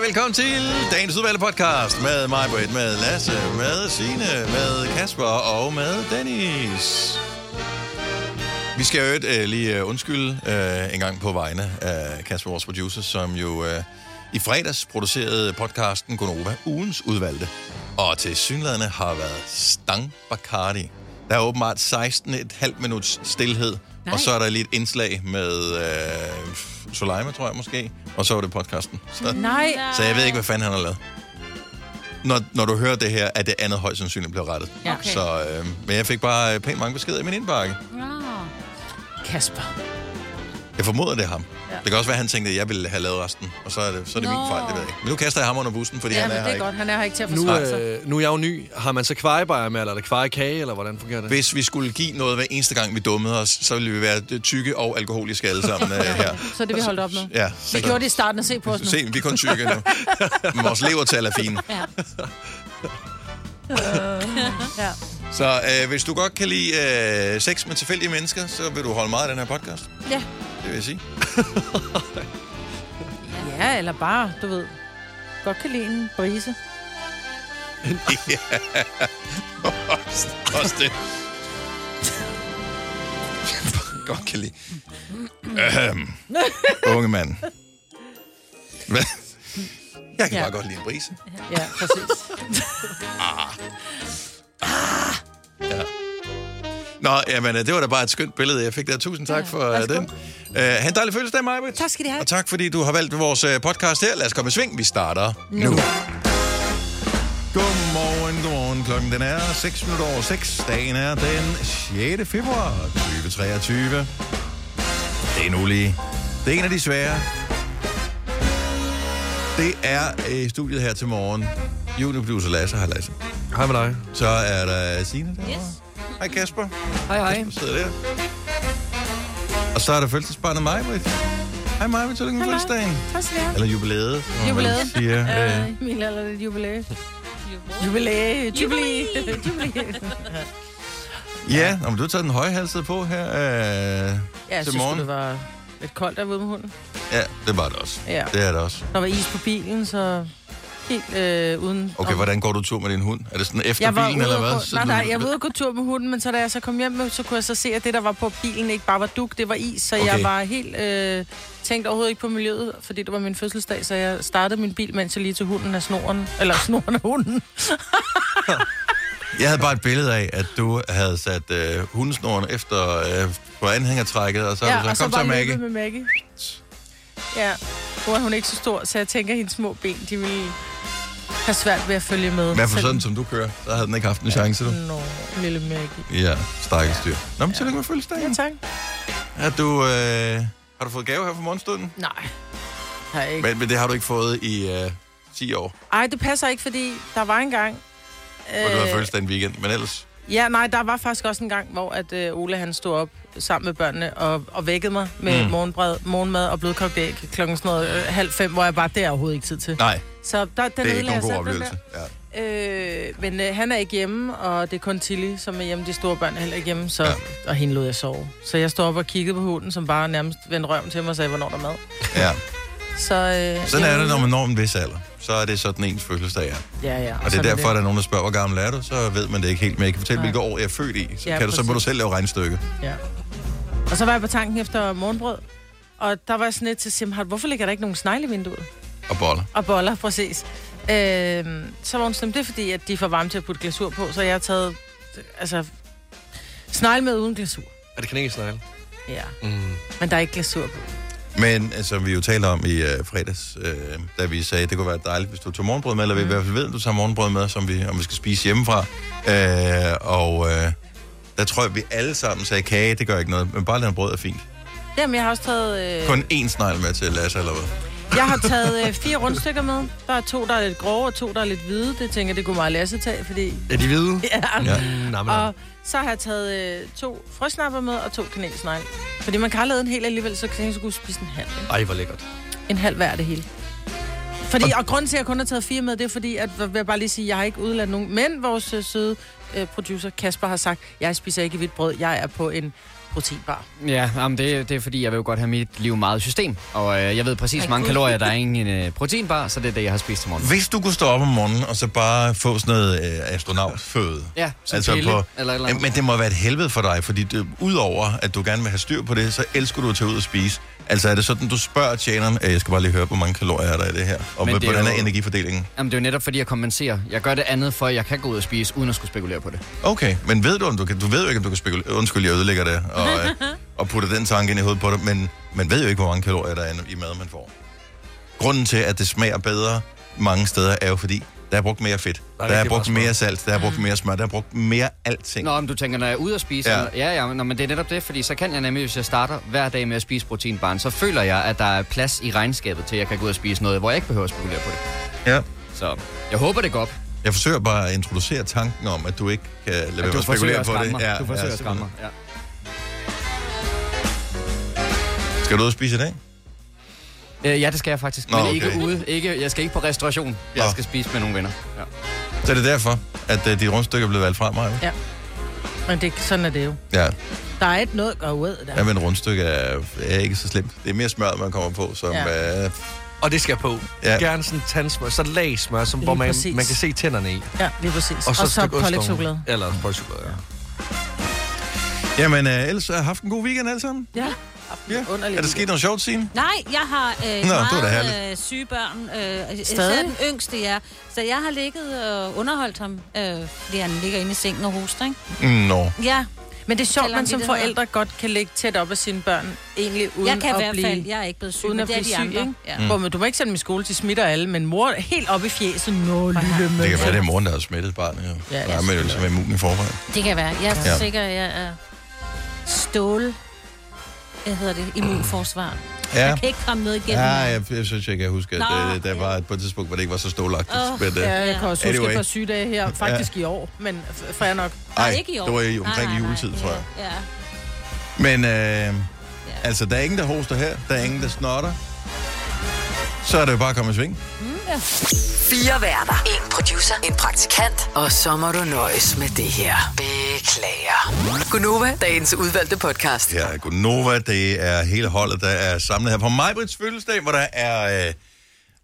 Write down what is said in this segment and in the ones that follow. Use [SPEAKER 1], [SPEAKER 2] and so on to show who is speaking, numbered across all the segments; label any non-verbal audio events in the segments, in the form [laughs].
[SPEAKER 1] velkommen til dagens udvalgte podcast med mig, Britt, med Lasse, med Sine, med Kasper og med Dennis. Vi skal jo øvrigt, øh, lige øh, undskylde øh, en gang på vegne af Kasper, vores producer, som jo øh, i fredags producerede podcasten Gonova, ugens udvalgte. Og til synlædende har været Stang Bacardi. Der er åbenbart 16 et halvt minuts stillhed, Nej. og så er der lige et indslag med øh, Soleima, tror jeg måske, og så var det podcasten. Så,
[SPEAKER 2] Nej.
[SPEAKER 1] så jeg ved ikke, hvad fanden han har lavet. Når, når du hører det her, er det andet højst sandsynligt blevet rettet.
[SPEAKER 2] Ja. Okay.
[SPEAKER 1] Så, øh, men jeg fik bare øh, pænt mange beskeder i min indbakke.
[SPEAKER 2] Kasper.
[SPEAKER 1] Jeg formoder, det er ham. Ja. Det kan også være, han tænkte, at jeg ville have lavet resten, og så er det, så er det min
[SPEAKER 2] Nå.
[SPEAKER 1] fejl, det ved jeg ikke. Men nu kaster jeg ham under bussen, fordi
[SPEAKER 2] Ja,
[SPEAKER 1] han
[SPEAKER 2] men det
[SPEAKER 1] er her
[SPEAKER 2] er
[SPEAKER 1] ikke.
[SPEAKER 2] godt. Han er her ikke til at
[SPEAKER 3] Nu,
[SPEAKER 2] forsvare sig.
[SPEAKER 3] øh, nu er jeg jo ny. Har man så kvejebajer med, eller er det kvejekage, eller hvordan fungerer det?
[SPEAKER 1] Hvis vi skulle give noget hver eneste gang, vi dummede os, så ville vi være øh, tykke og alkoholiske alle sammen øh, her.
[SPEAKER 2] Så er det, vi holdt op med.
[SPEAKER 1] Ja,
[SPEAKER 2] Vi gjorde det i starten og se på os nu.
[SPEAKER 1] Se, vi er kun tykke nu. Men Vores levertal er fine.
[SPEAKER 2] Ja. Øh, [laughs] ja.
[SPEAKER 1] Så øh, hvis du godt kan lide øh, sex med tilfældige mennesker, så vil du holde meget af den her podcast.
[SPEAKER 2] Ja.
[SPEAKER 1] Det vil jeg sige.
[SPEAKER 2] ja, eller bare, du ved, godt kan lide en brise.
[SPEAKER 1] ja. [laughs] Også- Også det. godt kan lide. Ahem. Unge mand. Hvad? Jeg kan
[SPEAKER 2] Ja.
[SPEAKER 1] ja. bare godt lide en brise.
[SPEAKER 2] Ja, præcis.
[SPEAKER 1] Ah. Nå, jamen, øh, det var da bare et skønt billede, jeg fik der. Tusind tak for øh, den. Uh, ha' en dejlig fødselsdag, Maja.
[SPEAKER 2] Tak skal I have.
[SPEAKER 1] Og tak, fordi du har valgt vores øh, podcast her. Lad os komme i sving. Vi starter nu. nu. Godmorgen, godmorgen. Klokken den er 6 minutter over 6. Dagen er den 6. februar 2023. Det er nu lige. Det er en af de svære. Det er øh, studiet her til morgen. Juniorproducer Lasse. Hej Lasse.
[SPEAKER 3] Hej med dig.
[SPEAKER 1] Så er der Signe der. Yes. Hej Kasper.
[SPEAKER 3] Hej, hej.
[SPEAKER 1] Du sidder der. Og så er der fødselsbarnet Majbrit. Hej Majbrit, tillykke med
[SPEAKER 2] Hej, Maj.
[SPEAKER 1] fødselsdagen.
[SPEAKER 2] Tak skal I have.
[SPEAKER 1] Eller jubilæet. som man
[SPEAKER 2] Jubilæet.
[SPEAKER 1] vel Siger. Øh,
[SPEAKER 2] Øh, Min alder er lidt jubilæe. Jubilæe. Jubilæe. [laughs] Jubilæe.
[SPEAKER 1] ja, nå, men du har taget den højhalsede på her øh,
[SPEAKER 2] Ja, jeg
[SPEAKER 1] til
[SPEAKER 2] synes,
[SPEAKER 1] morgen.
[SPEAKER 2] det var lidt koldt derude med hunden.
[SPEAKER 1] Ja, det var det også.
[SPEAKER 2] Ja.
[SPEAKER 1] Det er det også.
[SPEAKER 2] Der var is på bilen, så helt øh, uden...
[SPEAKER 1] Okay, hvordan går du tur med din hund? Er det sådan efter
[SPEAKER 2] jeg var
[SPEAKER 1] bilen,
[SPEAKER 2] ude
[SPEAKER 1] eller
[SPEAKER 2] og
[SPEAKER 1] hvad?
[SPEAKER 2] Gå, nej,
[SPEAKER 1] du-
[SPEAKER 2] nej, jeg var ude og gå tur med hunden, men så da jeg så kom hjem, så kunne jeg så se, at det, der var på bilen, ikke bare var duk, det var is. Så okay. jeg
[SPEAKER 1] Okay.
[SPEAKER 2] var helt øh, tænkt overhovedet ikke på miljøet, fordi det var min fødselsdag, så jeg startede min bil, mens jeg lige til hunden af snoren. Eller [laughs] snoren af hunden.
[SPEAKER 1] Jeg havde bare et billede af, at du havde sat øh, hundesnoren efter øh, på anhængertrækket, og så, ja,
[SPEAKER 2] og
[SPEAKER 1] så
[SPEAKER 2] så
[SPEAKER 1] kom så,
[SPEAKER 2] bare
[SPEAKER 1] så Maggie.
[SPEAKER 2] løbet med Maggie. Ja, nu er hun ikke så stor, så jeg tænker, at hendes små ben, de ville have svært ved at følge med.
[SPEAKER 1] I hvert fald
[SPEAKER 2] Selv-
[SPEAKER 1] sådan, som du kører. Der havde den ikke haft en chance, du.
[SPEAKER 2] Nå, lille Maggie.
[SPEAKER 1] Ja, stakkels dyr. Nå, men tillykke med fødselsdagen.
[SPEAKER 2] Ja, tak.
[SPEAKER 1] Er du, øh, har du fået gave her for morgenstunden?
[SPEAKER 2] Nej, har jeg ikke.
[SPEAKER 1] Men, men det har du ikke fået i øh, 10 år,
[SPEAKER 2] Ej, det passer ikke, fordi der var en gang...
[SPEAKER 1] hvor
[SPEAKER 2] Øh.
[SPEAKER 1] du havde fødselsdag en weekend. Men ellers,
[SPEAKER 2] Ja, nej, der var faktisk også en gang, hvor at, øh, Ole han stod op sammen med børnene og, og vækkede mig med mm. morgenbrad, morgenmad og blødkogt æg klokken sådan noget, øh, halv fem, hvor jeg bare, det er overhovedet ikke tid til.
[SPEAKER 1] nej,
[SPEAKER 2] Så der, den
[SPEAKER 1] det er ikke
[SPEAKER 2] ødelagde
[SPEAKER 1] nogen god
[SPEAKER 2] jeg selv, den
[SPEAKER 1] oplevelse. Ja.
[SPEAKER 2] der. Øh, men øh, han er ikke hjemme, og det er kun Tilly, som er hjemme. De store børn er heller ikke hjemme, så,
[SPEAKER 1] Ja.
[SPEAKER 2] ja. og hende lod jeg sove. Så jeg stod op og kiggede på hunden, som bare nærmest vendte røven til mig og sagde, hvornår der er mad.
[SPEAKER 1] ja.
[SPEAKER 2] Så, øh,
[SPEAKER 1] Sådan er
[SPEAKER 2] ja,
[SPEAKER 1] det, når man når en vis alder. Så er det sådan ens fødselsdag er.
[SPEAKER 2] Ja, ja.
[SPEAKER 1] Og det er
[SPEAKER 2] sådan
[SPEAKER 1] derfor, at der er nogen, der spørger, hvor gammel er du? Så ved man det ikke helt, men jeg kan fortælle,
[SPEAKER 2] Nej.
[SPEAKER 1] hvilket år jeg er født i. Så,
[SPEAKER 2] Ja,
[SPEAKER 1] ja, kan du, så må du
[SPEAKER 2] præcis.
[SPEAKER 1] selv lave regnstykket.
[SPEAKER 2] Ja. Og så var jeg på tanken efter morgenbrød, og der var jeg sådan lidt til Simhard, hvorfor ligger der ikke nogen snegle i vinduet?
[SPEAKER 1] Og boller.
[SPEAKER 2] Og boller, præcis. Øh, så var hun sådan, det er fordi, at de er for varme til at putte glasur på, så jeg har taget altså, snegle med uden glasur.
[SPEAKER 3] Er det kanelsnegle?
[SPEAKER 2] Ja,
[SPEAKER 3] Mm.
[SPEAKER 2] men der er ikke glasur på.
[SPEAKER 1] Men øh, som vi jo talte om i øh, fredags, øh, da vi sagde, at det kunne være dejligt, hvis du tog morgenbrød med, eller mm. vi i hvert fald ved, at du tager morgenbrød med, som vi, om vi skal spise hjemmefra. Øh, og øh, der tror jeg, at vi alle sammen sagde, kage, det gør ikke noget, men bare lad brød er fint.
[SPEAKER 2] Jamen, jeg har også taget... Øh,
[SPEAKER 1] Kun én snegl med til Lasse, eller hvad?
[SPEAKER 2] jeg har taget
[SPEAKER 1] [laughs]
[SPEAKER 2] øh, fire rundstykker med. Der er to, der er lidt grove, og to, der er lidt hvide. Det tænker jeg, det kunne meget Lasse tage, fordi...
[SPEAKER 3] Er de hvide?
[SPEAKER 2] [laughs] Ja,
[SPEAKER 1] Ja.
[SPEAKER 3] Mm, nej, men nej.
[SPEAKER 2] Og så har jeg taget øh, to frøsnapper med og to kanelsnegle. Fordi man kan have lavet en hel alligevel, så kan jeg skulle spise en halv. ikke?
[SPEAKER 3] Ej, hvor lækkert.
[SPEAKER 2] En halv hver af det hele. Fordi, og grunden til, at jeg kun har taget fire med, det er fordi, at vil jeg bare lige sige, at jeg har ikke udladt nogen. Men vores øh, søde øh, producer Kasper har sagt, jeg spiser ikke hvidt brød, jeg er på en proteinbar.
[SPEAKER 4] Ja, jamen det, det er fordi, jeg vil jo godt have mit liv meget i system. Og øh, jeg ved præcis, hvor mange kalorier der er i en øh, proteinbar, så det er det, jeg har spist til morgen.
[SPEAKER 1] Hvis du kunne stå op om morgenen, og så bare få sådan noget øh, astronautføde. altså
[SPEAKER 4] Ja, som pille, eller et eller andet.
[SPEAKER 1] men det må være et helvede for dig, fordi det, udover at du gerne vil have styr på det, så elsker du at tage ud og spise. Altså er det sådan, du spørger tjeneren, "Øh, jeg skal bare lige høre, hvor mange kalorier er der i det her, og
[SPEAKER 4] Men
[SPEAKER 1] h-
[SPEAKER 4] det er
[SPEAKER 1] hvordan er
[SPEAKER 4] jo-
[SPEAKER 1] energifordelingen?
[SPEAKER 4] Jamen det er jo netop fordi, jeg kompenserer. Jeg gør det andet, for at jeg kan gå ud og spise, uden at skulle spekulere på det.
[SPEAKER 1] Okay, men ved du, om du, kan, du ved jo ikke, om du kan spekulere. Undskyld, jeg ødelægger det, og, øh, og putter den tanke ind i hovedet på dig, men man ved jo ikke, hvor mange kalorier der er i mad, man får. Grunden til, at det smager bedre mange steder, er jo fordi, der er brugt mere fedt, der
[SPEAKER 3] er
[SPEAKER 1] er, der er
[SPEAKER 3] rigtig
[SPEAKER 1] brugt
[SPEAKER 3] meget smør.
[SPEAKER 1] mere salt, der er brugt mere smør, der er brugt mere alting.
[SPEAKER 4] Nå, men du tænker, når jeg er ude og spise...
[SPEAKER 1] Ja.
[SPEAKER 4] Ja, ja, ja nå, men det er netop det, fordi så kan jeg nemlig, hvis jeg starter hver dag med at spise proteinbaren, så føler jeg, at der er plads i regnskabet til, at jeg kan gå ud og spise noget, hvor jeg ikke behøver at spekulere på det.
[SPEAKER 1] Ja.
[SPEAKER 4] Så jeg håber, det går op.
[SPEAKER 1] Jeg forsøger bare at introducere tanken om, at du ikke kan lade være med
[SPEAKER 4] du
[SPEAKER 1] at
[SPEAKER 4] forsøger
[SPEAKER 1] spekulere
[SPEAKER 4] at
[SPEAKER 1] på det.
[SPEAKER 4] skræmme mig. du forsøger at skræmme mig. Ja.
[SPEAKER 1] simpelthen. Skal du ud og spise i dag?
[SPEAKER 4] Øh, ja, det skal jeg faktisk.
[SPEAKER 1] Nå,
[SPEAKER 4] Nå, men ikke
[SPEAKER 1] okay.
[SPEAKER 4] ude. Ikke, jeg skal ikke på restauration. Jeg
[SPEAKER 1] Nå.
[SPEAKER 4] skal spise med nogle venner. Ja.
[SPEAKER 1] Så er det derfor, at uh, dit rundstykke er blevet valgt fra mig.
[SPEAKER 2] Ja. Men det, sådan er det jo.
[SPEAKER 1] Ja.
[SPEAKER 2] Der er ikke noget at gøre ud der.
[SPEAKER 1] ja, men rundstykke er, er ikke så slemt. Det er mere smør, man kommer på, som ja.
[SPEAKER 2] Ja.
[SPEAKER 1] uh,
[SPEAKER 3] Og det skal på.
[SPEAKER 1] Ja.
[SPEAKER 3] Ja. Gerne sådan tandsmør, så lag smør, som, hvor
[SPEAKER 2] Lige
[SPEAKER 3] man,
[SPEAKER 2] præcis.
[SPEAKER 3] man kan se tænderne i.
[SPEAKER 2] Ja, lige præcis.
[SPEAKER 3] Og så,
[SPEAKER 2] Og så,
[SPEAKER 3] et stykke ost
[SPEAKER 2] kold
[SPEAKER 3] oveni.
[SPEAKER 2] chokolade.
[SPEAKER 3] Eller en chokolade, ja.
[SPEAKER 1] Jamen, øh, ellers har haft en god weekend alle sammen.
[SPEAKER 2] Ja,
[SPEAKER 1] Ja.
[SPEAKER 2] underligt.
[SPEAKER 1] Er der sket noget sjovt, Signe?
[SPEAKER 5] Nej, jeg har øh,
[SPEAKER 1] Nå, det var da
[SPEAKER 5] meget
[SPEAKER 1] herligt.
[SPEAKER 5] øh, syge børn. Øh, Stadig?
[SPEAKER 2] Stadig?
[SPEAKER 5] Den yngste, ja. Så jeg har ligget og underholdt ham, øh, fordi han ligger inde i sengen og hoster, ikke?
[SPEAKER 1] Nå.
[SPEAKER 5] Ja,
[SPEAKER 2] Men det er sjovt,
[SPEAKER 5] Kalder
[SPEAKER 2] man
[SPEAKER 5] de
[SPEAKER 2] som
[SPEAKER 5] det
[SPEAKER 2] forældre godt kan ligge tæt op af sine børn, egentlig uden
[SPEAKER 5] jeg kan i
[SPEAKER 2] at
[SPEAKER 5] hvert
[SPEAKER 2] blive...
[SPEAKER 5] fald. Jeg er ikke blevet syg,
[SPEAKER 2] uden
[SPEAKER 5] men
[SPEAKER 2] at
[SPEAKER 5] det er
[SPEAKER 2] blive
[SPEAKER 5] de
[SPEAKER 2] syg,
[SPEAKER 5] andre.
[SPEAKER 2] ikke?
[SPEAKER 5] Ja.
[SPEAKER 2] Mm. Hvor man, du må ikke sende dem i skole, de smitter alle, men mor er helt op i fjeset. Nå, lille
[SPEAKER 1] Det kan
[SPEAKER 2] mønse.
[SPEAKER 1] være, det er moren, der har smittet barnet. Jo.
[SPEAKER 2] Ja,
[SPEAKER 1] Ja,
[SPEAKER 2] det
[SPEAKER 1] der
[SPEAKER 2] er
[SPEAKER 1] er man jo ligesom immun i forvejen.
[SPEAKER 5] Det kan være. Jeg er
[SPEAKER 1] Ja.
[SPEAKER 5] ja. sikker, jeg er stål... Hvad hedder det? Immunforsvar.
[SPEAKER 1] Ja.
[SPEAKER 5] Jeg kan ikke komme noget igennem.
[SPEAKER 1] Ja, jeg, jeg synes, jeg kan huske, at
[SPEAKER 5] Nå,
[SPEAKER 1] øh, der
[SPEAKER 5] ja.
[SPEAKER 1] var et- på et tidspunkt, hvor det ikke var så stålagtigt.
[SPEAKER 5] Åh,
[SPEAKER 1] men, øh,
[SPEAKER 2] Ja, jeg kan også huske
[SPEAKER 1] Anyway.
[SPEAKER 2] anyway. for sygedage her, faktisk ja. i år, men f- fair nok.
[SPEAKER 5] Nej,
[SPEAKER 1] ej,
[SPEAKER 5] ikke i år.
[SPEAKER 1] det var i omkring
[SPEAKER 5] nej, nej,
[SPEAKER 1] juletid,
[SPEAKER 5] nej.
[SPEAKER 1] tror jeg.
[SPEAKER 5] Ja, ja.
[SPEAKER 1] Men øh, altså, der er ingen, der hoster her. Der er ingen, der snotter. Så er det jo bare at komme i sving.
[SPEAKER 6] Fire værter. En producer. En praktikant. Og så må du nøjes med det her. Beklager. Gunova, dagens udvalgte podcast.
[SPEAKER 1] Her er Gunova. Det er hele holdet, der er samlet her på Majbrits fødselsdag, hvor der er øh,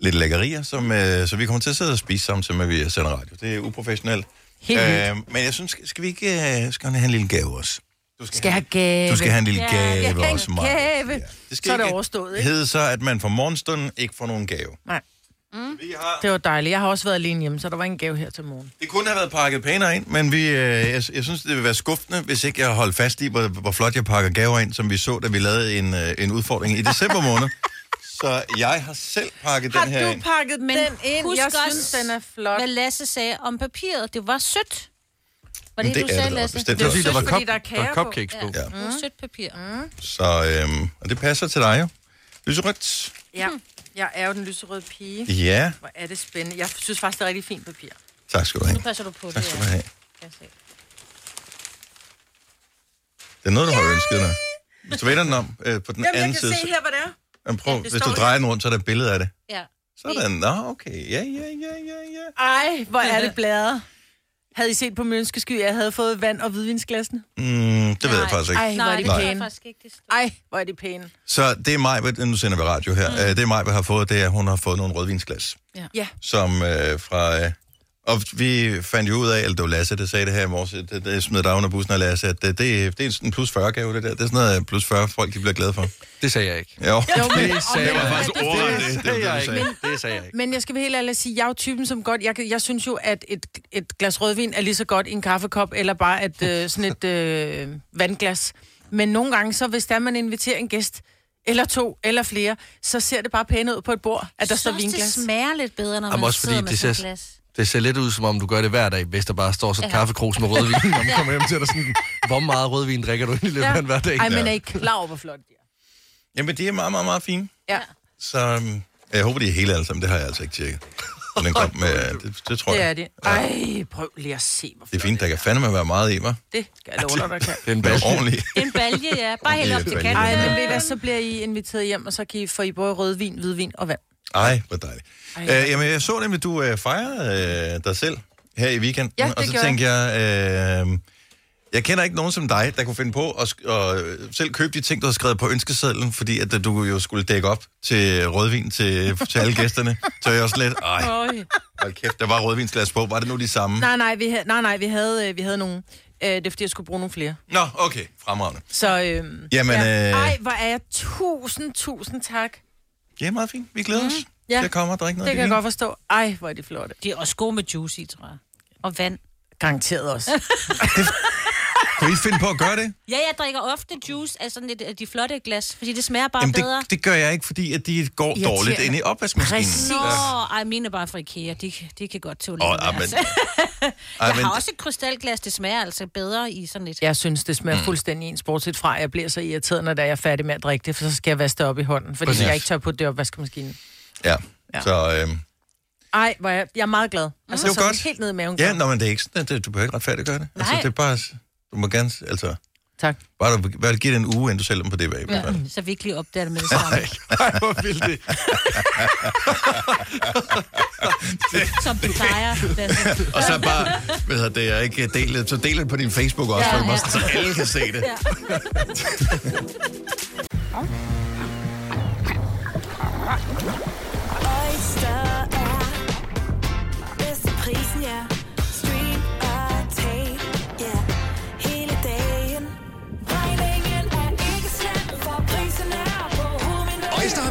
[SPEAKER 1] lidt lækkerier, som, øh, så vi kommer til at sidde og spise sammen, som vi sender radio. Det er uprofessionelt. Øh,
[SPEAKER 2] Helt vildt.
[SPEAKER 1] men jeg synes, skal vi ikke øh, skal vi have en lille gave også? Du skal,
[SPEAKER 2] Skal jeg have gave?
[SPEAKER 1] Du skal have en lille
[SPEAKER 5] Ja,
[SPEAKER 1] gave
[SPEAKER 5] jeg
[SPEAKER 1] ja,
[SPEAKER 5] kan
[SPEAKER 1] også,
[SPEAKER 5] ikke
[SPEAKER 1] Maja.
[SPEAKER 2] gave. Så er det overstået, ikke?
[SPEAKER 1] hedde så, at man fra morgenstunden ikke får nogen gave.
[SPEAKER 2] Nej,
[SPEAKER 5] Mm.
[SPEAKER 1] Vi har,
[SPEAKER 2] det var dejligt. Jeg har også været alene hjemme, så der var ingen gave her til morgen.
[SPEAKER 1] det kunne have været pakket pænere ind, men vi, øh, jeg, jeg synes, det vil være skuffende, hvis ikke jeg holdt fast i, hvor, hvor flot jeg pakker gaver ind, som vi så, da vi lavede en, øh, en udfordring i december måned. Så jeg har selv pakket den her ind.
[SPEAKER 2] pakket
[SPEAKER 5] Men husk
[SPEAKER 2] Jeg
[SPEAKER 5] også,
[SPEAKER 2] synes, den er flot.
[SPEAKER 5] Hvad Lasse sagde om papiret, det var sødt. Var det,
[SPEAKER 1] Det
[SPEAKER 5] det du
[SPEAKER 1] er
[SPEAKER 5] sagde,
[SPEAKER 1] det da
[SPEAKER 5] Lasse?
[SPEAKER 1] bestemt
[SPEAKER 3] Det var
[SPEAKER 1] også.
[SPEAKER 3] fordi, der var,
[SPEAKER 2] Fordi
[SPEAKER 3] cup,
[SPEAKER 2] der er
[SPEAKER 3] der var
[SPEAKER 2] kager på.
[SPEAKER 3] cupcakes på.
[SPEAKER 1] Ja.
[SPEAKER 3] Ja.
[SPEAKER 5] Det var sødt papir. Mm.
[SPEAKER 1] Så, øh, og det passer til dig jo. Lyserødt.
[SPEAKER 2] Ja,
[SPEAKER 5] Hm.
[SPEAKER 2] jeg er jo den lyserøde pige.
[SPEAKER 1] Ja,
[SPEAKER 2] Hvor er det spændende. Jeg synes faktisk, det er rigtig fint papir.
[SPEAKER 1] tak skal du have.
[SPEAKER 5] Nu passer du på
[SPEAKER 1] Tak
[SPEAKER 5] det.
[SPEAKER 1] skal
[SPEAKER 5] ja.
[SPEAKER 1] du have.
[SPEAKER 5] Kan jeg se.
[SPEAKER 1] Det er noget, du har ønsket dig. Hvis du vender den om øh, på den anden side, så-
[SPEAKER 2] hvad det er.
[SPEAKER 1] Jamen, prøv,
[SPEAKER 2] det
[SPEAKER 1] hvis du
[SPEAKER 2] står-
[SPEAKER 1] drejer den rundt, så er der et billede af det.
[SPEAKER 5] Ja.
[SPEAKER 1] Sådan, nå, okay. Ja, ja, ja, ja, ja.
[SPEAKER 2] Ej, hvor er
[SPEAKER 5] [laughs]
[SPEAKER 2] det bladret. Havde I set på min ønskesky, at jeg havde fået vand- og hvidvinsglasene?
[SPEAKER 1] Mm, det ved jeg
[SPEAKER 5] Nej.
[SPEAKER 1] faktisk ikke.
[SPEAKER 2] Ej, hvor
[SPEAKER 5] Nej,
[SPEAKER 2] er
[SPEAKER 5] det
[SPEAKER 2] de
[SPEAKER 5] kan jeg
[SPEAKER 2] pæne.
[SPEAKER 5] faktisk ikke. Det står.
[SPEAKER 2] Ej, hvor er de pæne.
[SPEAKER 1] Så det er mig, nu sender vi radio her. Mm. Det er mig, der har fået, det er, at hun har fået nogle rødvinsglas.
[SPEAKER 2] Ja.
[SPEAKER 1] Som øh, fra... Øh, og vi fandt jo ud af, eller det var Lasse, der sagde det her i morges, det, det smed dig under bussen og Lasse, at det, det, det er sådan en plus 40 gave, det der. Det er sådan noget øh, plus 40 folk, de bliver glade for.
[SPEAKER 3] Det sagde jeg ikke.
[SPEAKER 1] Jo,
[SPEAKER 2] [laughs]
[SPEAKER 1] jo
[SPEAKER 3] Det sagde jeg ikke.
[SPEAKER 1] faktisk ordet, det, det, det,
[SPEAKER 3] sagde jeg
[SPEAKER 1] det, det,
[SPEAKER 3] ikke. Det sagde jeg ikke.
[SPEAKER 2] Men jeg skal være helt ærlig og sige, jeg er jo typen som godt... Jeg, kan- jeg synes jo, at et, et glas rødvin er lige så godt i en kaffekop, eller bare et, øh, sådan et øh, vandglas. Men nogle gange, så hvis der man inviterer en gæst, eller to, eller flere, så ser det bare pænt ud på et bord, at der
[SPEAKER 5] Jeg
[SPEAKER 2] står
[SPEAKER 5] synes,
[SPEAKER 2] vinglas.
[SPEAKER 5] Det smager lidt bedre, når
[SPEAKER 3] Jamen,
[SPEAKER 5] man
[SPEAKER 3] også fordi
[SPEAKER 5] sidder med
[SPEAKER 3] det
[SPEAKER 5] sådan et
[SPEAKER 3] ser-
[SPEAKER 5] glas.
[SPEAKER 3] Det ser lidt ud, som om du gør det hver dag, hvis der bare står sådan et kaffekrus med rødvin, når man kommer hjem til dig sådan, hvor meget rødvin drikker du egentlig i løbet af en hverdag?
[SPEAKER 2] Ej, men er I klar over, hvor flot det er?
[SPEAKER 1] Jamen, de er meget, meget, meget fine.
[SPEAKER 2] Ja,
[SPEAKER 1] Så øhm, jeg håber, de er hele alle sammen. Det har jeg altså ikke tjekket. Men den kom
[SPEAKER 2] [laughs]
[SPEAKER 1] med, det, det tror jeg.
[SPEAKER 2] det er det. Ej, prøv lige at se, hvor
[SPEAKER 1] Det
[SPEAKER 2] flot
[SPEAKER 1] er fint, der kan fandme være meget i, hva'?
[SPEAKER 2] det skal jeg love dig, der kan.
[SPEAKER 3] Det er en
[SPEAKER 1] Det er
[SPEAKER 3] balje.
[SPEAKER 2] [laughs]
[SPEAKER 1] ordentligt.
[SPEAKER 5] En balje, ja. Bare helt
[SPEAKER 1] Det er
[SPEAKER 5] op til
[SPEAKER 1] balje.
[SPEAKER 5] kanten.
[SPEAKER 2] Ej, men ved I hvad, så bliver I inviteret hjem, og så kan I få I både rødvin, hvidvin og vand.
[SPEAKER 1] Ej, hvor dejligt. Øh, jamen, jeg så nemlig, du øh, fejrede øh, dig selv her i weekenden,
[SPEAKER 2] Ja, det
[SPEAKER 1] og så
[SPEAKER 2] gjorde
[SPEAKER 1] tænkte jeg, øh, Jeg kender ikke nogen som dig, der kunne finde på at, sk- at selv købe de ting, du har skrevet på ønskesedlen, fordi at øh, du jo skulle dække op til rødvin til, til alle gæsterne. Så er jeg også lidt, ej,
[SPEAKER 2] Øj.
[SPEAKER 1] hold kæft, der var rødvinsglas på. Var det nu de samme?
[SPEAKER 2] Nej, nej, vi havde, nej, nej, vi havde, øh, vi havde nogle. Øh, det er fordi, jeg skulle bruge nogle flere.
[SPEAKER 1] Nå, okay, fremragende.
[SPEAKER 2] Så, øhm,
[SPEAKER 1] Jamen, øh,
[SPEAKER 2] Ej, hvor er jeg tusind, tusind tak.
[SPEAKER 1] det er meget fint. Vi glæder os.
[SPEAKER 2] Ja.
[SPEAKER 1] Jeg kommer og drikker noget
[SPEAKER 2] Det kan jeg
[SPEAKER 1] vin.
[SPEAKER 2] godt forstå. Ej, hvor er de flotte.
[SPEAKER 5] De er også gode med juice i, tror jeg. Og vand. [laughs]
[SPEAKER 2] Garanteret også.
[SPEAKER 1] Kunne I finde på at gøre det?
[SPEAKER 5] Ja, jeg drikker ofte juice af sådan et, af de flotte glas, fordi det smager bare
[SPEAKER 1] Jamen,
[SPEAKER 5] bedre.
[SPEAKER 1] det, det gør jeg ikke, fordi at de går
[SPEAKER 2] Irriterende.
[SPEAKER 1] dårligt ind i opvaskemaskinen.
[SPEAKER 2] Præcis.
[SPEAKER 5] Nå,
[SPEAKER 2] Ja.
[SPEAKER 5] ej, mine er bare fra Ikea. De, de kan godt tåle
[SPEAKER 1] Åh,
[SPEAKER 5] lidt mere,
[SPEAKER 1] ej, men, [laughs]
[SPEAKER 5] altså.
[SPEAKER 1] ej,
[SPEAKER 5] Jeg
[SPEAKER 1] men,
[SPEAKER 5] har også et krystalglas, det smager altså bedre i sådan et.
[SPEAKER 2] Jeg synes, det smager mm. fuldstændig ens, bortset fra, at jeg bliver så irriteret, når det er, jeg er færdig med at drikke det, for så skal jeg vaske det op i hånden, fordi
[SPEAKER 1] Præcis.
[SPEAKER 2] Præcis. jeg ikke tør på det opvaskemaskinen.
[SPEAKER 1] ja.
[SPEAKER 2] Ja.
[SPEAKER 1] Så, øhm,
[SPEAKER 2] Ej, hvor er jeg, jeg er meget glad. Altså,
[SPEAKER 1] Mm. Det var
[SPEAKER 2] så
[SPEAKER 1] godt.
[SPEAKER 2] helt ned i maven.
[SPEAKER 1] ja, nå, men det er ikke sådan, at det- du behøver ikke retfærdiggøre det. Altså,
[SPEAKER 5] Nej.
[SPEAKER 1] det er bare, du må gerne, altså,
[SPEAKER 2] Tak.
[SPEAKER 1] bare, du, bare give det en uge, inden du sælger dem på det bagved.
[SPEAKER 5] [laughs]
[SPEAKER 1] Ja.
[SPEAKER 5] Så vi ikke lige opdager det med det samme.
[SPEAKER 3] Ej, hvor vildt det.
[SPEAKER 5] som du plejer. Lasse.
[SPEAKER 1] Og så bare, ved jeg, det er ikke delt, så del det på din Facebook også,
[SPEAKER 5] Ja,
[SPEAKER 1] ja, ja.
[SPEAKER 5] ja.
[SPEAKER 1] så alle kan se det.
[SPEAKER 7] Oyster er bedst til prisen, ja. Stream og tag, ja. Hele dagen. Regningen er ikke slem, for prisen er på hovedet.
[SPEAKER 8] Øjster har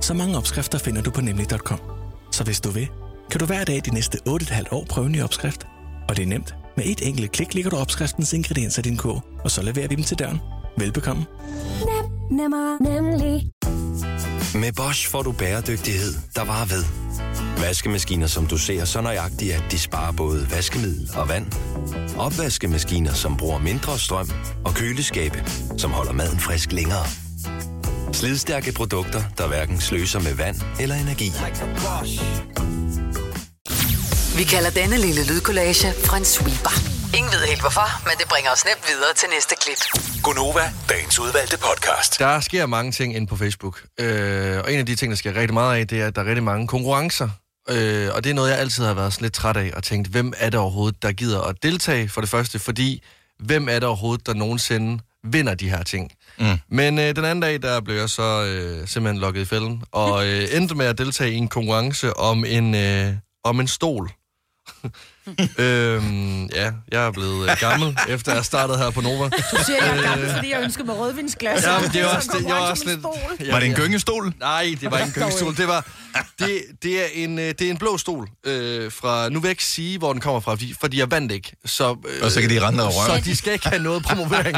[SPEAKER 9] Så mange opskrifter finder du på nemlig.com. Så hvis du vil, kan du hver dag de næste 8,5 år prøve en ny opskrift. Og det er nemt. Med et enkelt klik ligger du opskriftens ingredienser i din kog, og så leverer vi dem til døren. Velbekomme.
[SPEAKER 7] Nem, nemmer, nemlig.
[SPEAKER 10] Med Bosch får du bæredygtighed, der varer ved. Vaskemaskiner, som du ser så nøjagtigt, at de sparer både vaskemiddel og vand. Opvaskemaskiner, som bruger mindre strøm. Og køleskabe, som holder maden frisk længere. Slidstærke produkter, der hverken sløser med vand eller energi.
[SPEAKER 6] Vi kalder denne lille lydkollage en sweeper. Ingen ved helt hvorfor, men det bringer os nemt videre til næste klip.
[SPEAKER 8] Gonova, dagens udvalgte podcast.
[SPEAKER 3] Der sker mange ting inde på Facebook. Øh, og en af de ting, der sker rigtig meget af, det er, at der er rigtig mange konkurrencer. Øh, og det er noget, jeg altid har været sådan lidt træt af og tænkt, hvem er det overhovedet, der gider at deltage for det første? Fordi, hvem er det overhovedet, der nogensinde vinder de her ting? Mm. Men øh, den anden dag, der blev jeg så øh, simpelthen lukket i fælden,
[SPEAKER 2] [laughs]
[SPEAKER 3] og øh, endte med at deltage i en konkurrence om en, øh, om en
[SPEAKER 2] [laughs]
[SPEAKER 3] stol. øhm, ja, jeg er blevet øh, gammel, efter jeg startede her på Nova. Øh,
[SPEAKER 2] Du siger, jeg er gammel,
[SPEAKER 1] Øh.
[SPEAKER 2] fordi jeg ønskede mig rødvinsglas.
[SPEAKER 3] Ja, men det
[SPEAKER 2] Altså, Så
[SPEAKER 3] var
[SPEAKER 2] en
[SPEAKER 3] også, det, jeg var også
[SPEAKER 2] konkurrence med
[SPEAKER 3] lidt...
[SPEAKER 2] en stol.
[SPEAKER 3] Ja,
[SPEAKER 1] Var det en
[SPEAKER 3] ja.
[SPEAKER 1] gyngestol?
[SPEAKER 3] Nej, det var ikke en gyngestol. Det var det, det er en øh, det er en blå stol øh, fra nu vil jeg ikke sige hvor den kommer fra, fordi, fordi jeg vandt ikke. Så øh,
[SPEAKER 1] Og så kan de rende dig og røre.
[SPEAKER 3] Så de [laughs] skal ikke have noget promovering.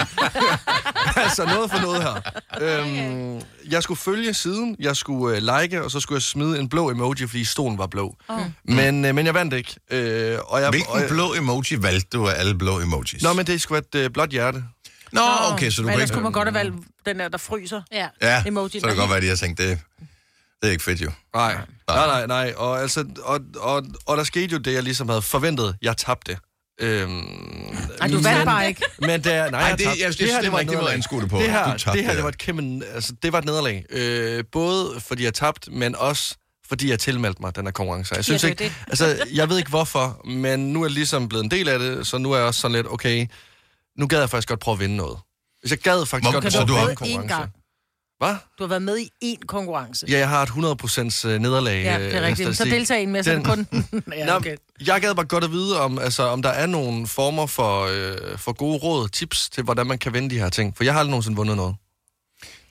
[SPEAKER 3] altså noget for noget her. Øhm, jeg skulle følge siden, jeg skulle øh, like og så skulle jeg smide en blå emoji, fordi stolen var blå. Oh. Men øh, men jeg vandt ikke. Øh, og jeg og
[SPEAKER 1] Hvilken
[SPEAKER 3] jeg-
[SPEAKER 1] blå emoji valgte du af alle blå emojis?
[SPEAKER 3] Nå, men det skulle være et øh, blåt hjerte.
[SPEAKER 1] Nå, okay, så du
[SPEAKER 2] Men
[SPEAKER 1] kan
[SPEAKER 2] ellers
[SPEAKER 1] ikke...
[SPEAKER 2] kunne man godt have valgt den der, der fryser.
[SPEAKER 5] Ja.
[SPEAKER 1] Ja,
[SPEAKER 2] emoji.
[SPEAKER 1] så kan det godt være, at de har tænkt, det, det er ikke fedt jo.
[SPEAKER 3] Nej, nej, nej, nej. Og, altså, og, og, og der skete jo det, jeg ligesom havde forventet. Jeg tabte. Øhm,
[SPEAKER 2] Nej, du vandt bare ikke.
[SPEAKER 3] men det er, nej,
[SPEAKER 1] Ej,
[SPEAKER 3] jeg
[SPEAKER 1] det-
[SPEAKER 3] tabte.
[SPEAKER 1] jeg synes, det var
[SPEAKER 3] et
[SPEAKER 1] ikke en måde at
[SPEAKER 3] nederlag.
[SPEAKER 1] anskue det på.
[SPEAKER 3] Det
[SPEAKER 1] Du
[SPEAKER 3] her,
[SPEAKER 1] tabte,
[SPEAKER 3] det her,
[SPEAKER 1] ja.
[SPEAKER 3] det var et kæmpe, altså, det var et nederlag. Øh, både fordi jeg tabte, men også fordi jeg tilmeldte mig den her konkurrence. Jeg synes
[SPEAKER 5] det er
[SPEAKER 3] ikke, altså, jeg ved ikke hvorfor, men nu er jeg ligesom blevet en del af det, så nu er jeg også sådan lidt, okay, nu gad jeg faktisk godt prøve at vinde noget. Hvis jeg gad faktisk
[SPEAKER 1] Hvor-
[SPEAKER 3] godt
[SPEAKER 1] kan
[SPEAKER 3] prøve
[SPEAKER 1] du
[SPEAKER 3] at
[SPEAKER 1] have
[SPEAKER 3] vinde en
[SPEAKER 2] været én
[SPEAKER 3] konkurrence.
[SPEAKER 2] gang?
[SPEAKER 3] Hvad?
[SPEAKER 2] Du har været med i én konkurrence.
[SPEAKER 3] Ja, jeg har et 100% øh, nederlag.
[SPEAKER 2] Ja,
[SPEAKER 3] øh,
[SPEAKER 2] det er rigtigt. Så
[SPEAKER 3] statistik.
[SPEAKER 2] deltag i en mere, så er det
[SPEAKER 3] Den-
[SPEAKER 2] kun... ja,
[SPEAKER 3] Nå,
[SPEAKER 2] okay.
[SPEAKER 3] Jeg gad bare godt at vide, om, altså, om der er nogle former for, øh, for gode råd, tips til, hvordan man kan vinde de her ting. For jeg har aldrig nogensinde vundet noget.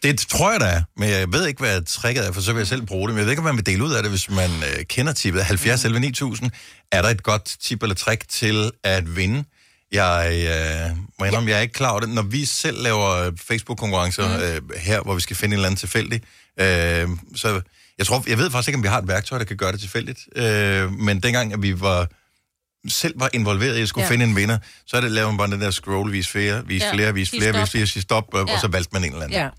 [SPEAKER 1] Det tror jeg, der er, men jeg ved ikke, hvad tricket er, for så vil jeg
[SPEAKER 2] Mm.
[SPEAKER 1] selv bruge det. Men jeg ved ikke, om man vil dele ud af det, hvis man øh, kender tippet. 70 11 9000, er der et godt tip eller trick til at vinde? Jeg øh, må indrømme, jeg er ikke klar over det. Når vi selv laver øh, Facebook-konkurrencer
[SPEAKER 2] Mm.
[SPEAKER 1] øh, her, hvor vi skal finde en eller anden tilfældig, øh, så jeg tror, jeg ved faktisk ikke, om vi har et værktøj, der kan gøre det tilfældigt. Øh, men dengang, at vi var selv var involveret i at skulle
[SPEAKER 11] Ja.
[SPEAKER 1] ja. finde en vinder, så er det, laver man bare den der scroll, vis flere, vis
[SPEAKER 2] Ja.
[SPEAKER 1] ja. flere, vis
[SPEAKER 2] Sig
[SPEAKER 1] flere,
[SPEAKER 2] stop.
[SPEAKER 1] vis flere, sig stop, ja.
[SPEAKER 2] Ja.
[SPEAKER 1] og så valgte man en eller anden.
[SPEAKER 2] Ja.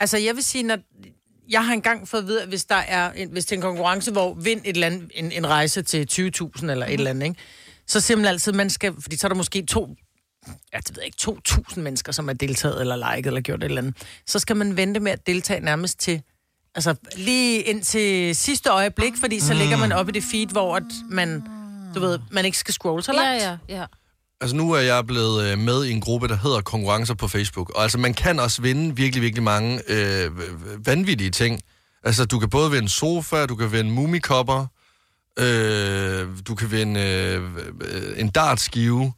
[SPEAKER 2] Altså, jeg vil sige, når jeg har engang fået at vide, at hvis der er en, hvis det er en konkurrence, hvor vind et eller andet, en, en rejse til 20.000 eller et eller andet, ikke? så siger man altid, man skal, fordi så er der måske to, jeg ved jeg ikke, 2.000 mennesker, som er deltaget eller liket eller gjort et eller andet. Så skal man vente med at deltage nærmest til, altså lige ind til sidste øjeblik, fordi så ligger man oppe i det feed, hvor at man, du ved, man ikke skal scrolle så langt.
[SPEAKER 5] Ja, ja, ja.
[SPEAKER 3] Altså nu er jeg blevet øh, med i en gruppe, der hedder Konkurrencer på Facebook. Og altså man kan også vinde virkelig, virkelig mange øh, v- v- vanvittige ting. Altså du kan både vinde sofa, du kan vinde mumikopper, øh, du kan vinde øh, øh, en dartskive.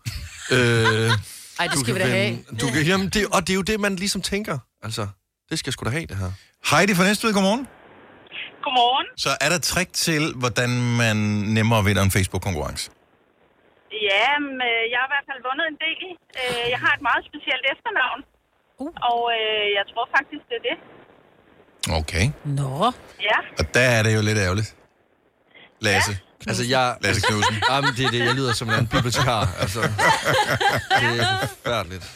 [SPEAKER 3] Øh,
[SPEAKER 2] Ej, det
[SPEAKER 3] du
[SPEAKER 2] skal
[SPEAKER 3] kan
[SPEAKER 2] vi da have.
[SPEAKER 3] Du kan, jamen, det, og det er jo det, man ligesom tænker. Altså, det skal jeg sgu da have, det her.
[SPEAKER 1] Heidi fra Næstved, godmorgen.
[SPEAKER 12] Godmorgen.
[SPEAKER 1] Så er der trick til, hvordan man nemmere vinder en Facebook-konkurrence?
[SPEAKER 12] Ja, men, øh, jeg har i hvert fald vundet en del. Øh, Jeg har et meget specielt efternavn.
[SPEAKER 5] Uh.
[SPEAKER 12] Og øh, jeg tror faktisk, det er det.
[SPEAKER 1] Okay.
[SPEAKER 5] Nå.
[SPEAKER 12] Ja.
[SPEAKER 1] Og der er det jo lidt ærgerligt. Lasse. Ja.
[SPEAKER 3] Altså, jeg...
[SPEAKER 1] Lasse Knudsen.
[SPEAKER 3] [laughs] Jamen, det er det, jeg lyder som en bibliotekar. Altså, det er forfærdeligt.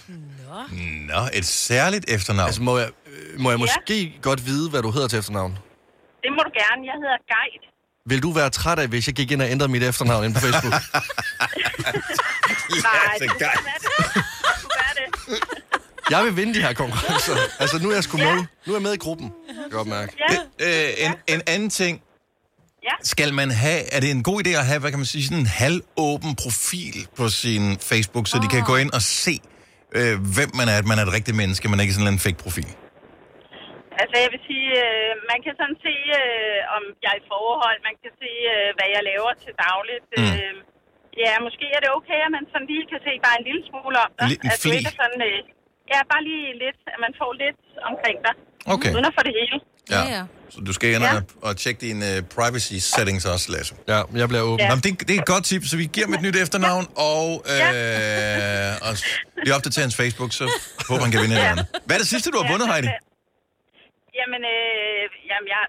[SPEAKER 1] Nå, et særligt efternavn.
[SPEAKER 3] Altså, må jeg, øh, må jeg måske godt vide, hvad du hedder til efternavn?
[SPEAKER 12] Det må du gerne. Jeg hedder Guide.
[SPEAKER 3] Vil du være træt af, hvis jeg gik ind og ændrede mit efternavn ind på
[SPEAKER 1] [laughs]
[SPEAKER 3] Facebook?
[SPEAKER 12] Nej,
[SPEAKER 3] altså,
[SPEAKER 12] det kunne
[SPEAKER 1] Guide.
[SPEAKER 12] være det. Det kunne være det.
[SPEAKER 3] jeg vil vinde de her konkurrencer. Altså, nu er jeg sgu med. Nu er jeg med i gruppen. Godt mærke.
[SPEAKER 12] Ja.
[SPEAKER 1] Øh, en, en anden ting.
[SPEAKER 12] Ja.
[SPEAKER 1] Skal man have, er det en god idé at have, hvad kan man sige, sådan en halvåben profil på sin Facebook, så oh. de kan gå ind og se, øh, hvem man er, at man er et rigtigt menneske, man er ikke sådan en fake profil?
[SPEAKER 12] Altså, jeg vil sige, øh, man kan sådan se, øh, om jeg er i forhold. Man kan se, øh, hvad jeg laver til dagligt. Mm. Øh, ja, måske er det okay, at man sådan lige kan se bare en lille smule om dig.
[SPEAKER 1] Lidt en
[SPEAKER 12] At du
[SPEAKER 1] flig.
[SPEAKER 12] ikke er sådan... Øh, ja, bare lige lidt. At man får lidt omkring dig.
[SPEAKER 1] Okay.
[SPEAKER 12] Uden at få det hele.
[SPEAKER 1] Så du skal ind ja.
[SPEAKER 12] Ja.
[SPEAKER 1] og tjekke dine uh, privacy settings også, Lasse.
[SPEAKER 3] Ja, jeg bliver åben.
[SPEAKER 12] Ja.
[SPEAKER 1] Jamen, det, det er et godt tip, så vi giver dem et nyt efternavn, og, øh, [laughs] og s- vi opdaterer hans Facebook, [laughs] så håber han kan vinde
[SPEAKER 12] Ja.
[SPEAKER 1] ja. Hvad er det sidste, du har vundet, Heidi?
[SPEAKER 12] Jamen, øh, jamen jeg,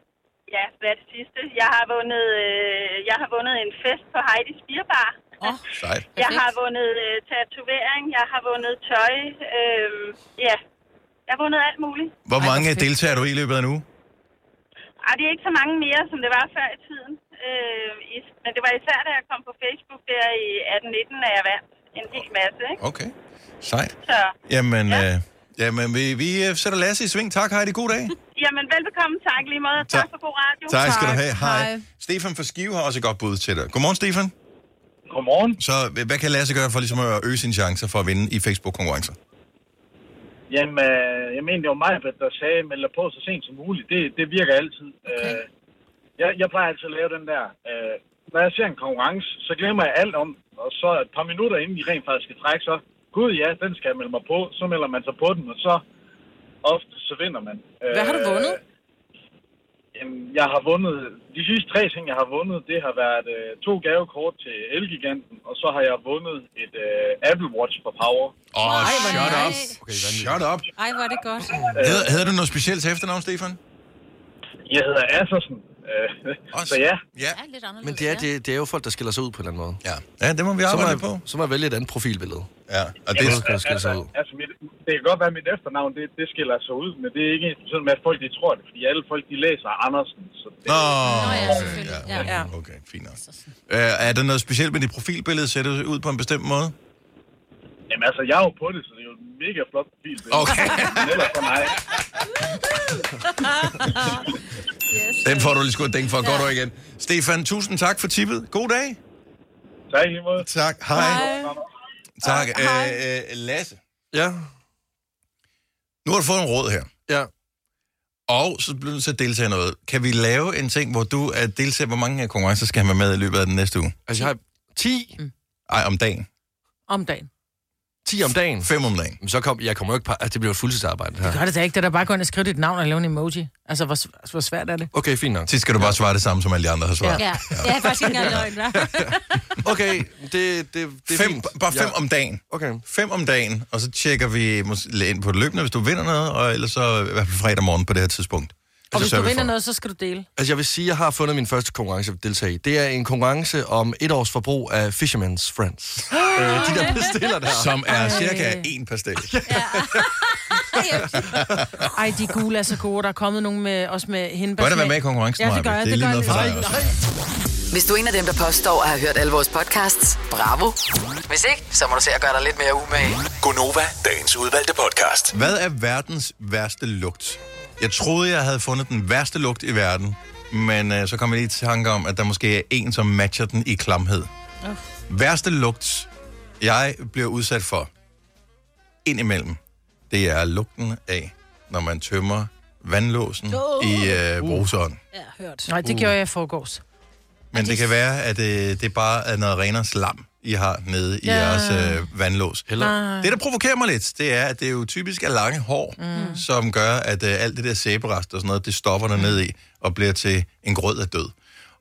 [SPEAKER 12] ja, hvad er det sidste? Jeg har vundet, øh, jeg har vundet en fest på Heidi's Bierbar.
[SPEAKER 1] Oh, sejt.
[SPEAKER 12] Jeg har vundet øh, tatovering, jeg har vundet tøj, øh, ja, jeg har vundet alt muligt.
[SPEAKER 1] Hvor mange deltager er du i løbet af en uge?
[SPEAKER 12] Ej, det er ikke så mange mere, som det var før i tiden. Øh, is, men det var især, da jeg kom på Facebook der i 18-19, at jeg vandt en hel masse, ikke?
[SPEAKER 1] Okay, sejt.
[SPEAKER 12] Så,
[SPEAKER 1] Jamen, ja. øh, jamen vi, vi øh, sætter Lasse i sving. Tak, Heidi. God dag.
[SPEAKER 12] jamen, velbekomme, tak lige måde, og tak
[SPEAKER 1] Tak.
[SPEAKER 12] for god radio.
[SPEAKER 1] tak skal du have. Hej. Hej. Stefan fra Skive har også et godt bud til dig. Godmorgen, Stefan.
[SPEAKER 13] Godmorgen.
[SPEAKER 1] Så øh, hvad kan Lasse gøre for ligesom at øge sine chancer for at vinde i Facebook-konkurrencer?
[SPEAKER 13] Jamen, øh, jeg mener, det var mig, der sagde, meld dig på så sent som muligt. Det, det virker altid. Okay. Øh, jeg, jeg plejer altid at lave den der. Øh, når jeg ser en konkurrence, så glemmer jeg alt om, den, og så et par minutter inden de rent faktisk skal trække, så gud ja, den skal jeg melde mig på. Så melder man sig på den, og så ofte så vinder man. Øh,
[SPEAKER 2] Hvad har du vundet?
[SPEAKER 13] Jamen, jeg har vundet, de sidste tre ting, jeg har vundet, det har været øh, to gavekort til Elgiganten, og så har jeg vundet et øh, Apple Watch for Power.
[SPEAKER 1] Åh, oh,
[SPEAKER 13] hvor
[SPEAKER 1] shut
[SPEAKER 13] nice.
[SPEAKER 1] up. Okay, shut up.
[SPEAKER 5] Ej, hvor er det godt.
[SPEAKER 1] Hedder, hedder du noget specielt til efternavn, Stefan?
[SPEAKER 13] Jeg hedder Assersen. Øh, så ja.
[SPEAKER 1] Ja.
[SPEAKER 3] Men det er, det, det er jo folk, der skiller sig ud på en eller anden måde.
[SPEAKER 1] Ja, ja det må vi arbejde
[SPEAKER 3] så må, jeg- Så må jeg vælge et andet profilbillede.
[SPEAKER 1] Ja, og
[SPEAKER 3] det er ja, skille sig ud.
[SPEAKER 13] Altså, mit, det kan godt være, at mit efternavn, det, det skiller sig ud, men det er ikke sådan, at folk de tror det, fordi alle folk de læser Andersen. Så det,
[SPEAKER 1] Nå, okay, ja, ja, okay, fint nok. Øh, er der noget specielt med dit profilbillede? Ser det ud på en bestemt måde?
[SPEAKER 13] Jamen altså, jeg er jo på det, så det er jo et mega flot profil.
[SPEAKER 1] Okay.
[SPEAKER 13] Men ellers for mig.
[SPEAKER 1] Den får du lige sgu at tænke for. Ja. Godt år igen. Stefan, tusind tak for tippet. God dag.
[SPEAKER 13] Tak, lige måde.
[SPEAKER 1] Tak. Hej. Hej. Tak. Hej. Øh, Lasse.
[SPEAKER 3] Ja.
[SPEAKER 1] Nu har du fået en råd her.
[SPEAKER 3] Ja.
[SPEAKER 1] Og så bliver du nødt til at deltage i noget. Kan vi lave en ting, hvor du er deltager, hvor mange af konkurrencer skal han være med i løbet af den næste uge?
[SPEAKER 3] Altså, jeg har 10?
[SPEAKER 1] Ej, om dagen.
[SPEAKER 2] Om dagen.
[SPEAKER 3] 10 om dagen?
[SPEAKER 1] 5 om dagen.
[SPEAKER 3] Men så kom, jeg kommer jo ikke... pa- Altså, det bliver jo et fuldtidsarbejde. Her.
[SPEAKER 2] Gør det da ikke, det er da bare at gå ind og skrive dit navn og lave en emoji. Altså, hvor, s- hvor svært er det?
[SPEAKER 3] Okay, fint nok.
[SPEAKER 1] Sidst skal du bare svare det samme, som alle de andre har svaret.
[SPEAKER 2] Ja.
[SPEAKER 5] Det er faktisk ikke engang løgn, hva'?
[SPEAKER 3] Okay, det, det, det er
[SPEAKER 1] fem,
[SPEAKER 3] fint.
[SPEAKER 1] Bare fem
[SPEAKER 3] Ja.
[SPEAKER 1] om dagen.
[SPEAKER 3] Okay.
[SPEAKER 1] Fem om dagen, og så tjekker vi mås- ind på det løbende, hvis du vinder noget, og ellers så i hvert fald fredag morgen på det her tidspunkt.
[SPEAKER 2] Og hvis
[SPEAKER 3] sørger
[SPEAKER 2] du
[SPEAKER 3] vi
[SPEAKER 2] vinder
[SPEAKER 3] for.
[SPEAKER 2] noget, så skal du dele.
[SPEAKER 3] Altså, jeg vil sige, at jeg har fundet min første konkurrence at deltage i. Det er en konkurrence om et års forbrug af Fisherman's Friends. øh, de der bestiller der.
[SPEAKER 1] Som er cirka en pastel.
[SPEAKER 2] Ej, de gule er så gode. Der er kommet nogen med, også med hindbær.
[SPEAKER 1] Gør det være med i konkurrencen,
[SPEAKER 2] Ja, det
[SPEAKER 1] Maja?
[SPEAKER 2] gør jeg.
[SPEAKER 1] Det er
[SPEAKER 2] Det,
[SPEAKER 1] lige
[SPEAKER 2] gør jeg.
[SPEAKER 1] noget for dig
[SPEAKER 2] Nej,
[SPEAKER 1] også.
[SPEAKER 2] nej.
[SPEAKER 6] Hvis du er en af dem, der påstår at have hørt alle vores podcasts, bravo. Hvis ikke, så må du se at gøre dig lidt mere umage.
[SPEAKER 14] Gonova, dagens udvalgte podcast.
[SPEAKER 1] Hvad er verdens værste lugt? Jeg troede, jeg havde fundet den værste lugt i verden, men øh, så kom jeg lige i tanke om, at der måske er en, som matcher den i klamhed.
[SPEAKER 15] Uff.
[SPEAKER 1] Værste lugt, jeg bliver udsat for indimellem, det er lugten af, når man tømmer vandlåsen
[SPEAKER 2] Åh.
[SPEAKER 1] i øh, bruseren.
[SPEAKER 5] Ja, hørt.
[SPEAKER 2] Nej, det
[SPEAKER 1] Uh.
[SPEAKER 2] gjorde jeg i forgårs.
[SPEAKER 1] Men det kan være, at øh, det bare er noget renere slam, I har nede i
[SPEAKER 2] Ja.
[SPEAKER 1] jeres øh, vandlås.
[SPEAKER 2] Heller- Nej.
[SPEAKER 1] Det, der provokerer mig lidt, det er, at det jo typisk er lange hår, mm. som gør, at øh, alt det der sæberest og sådan noget, det stopper der ned i og bliver til en grød af død.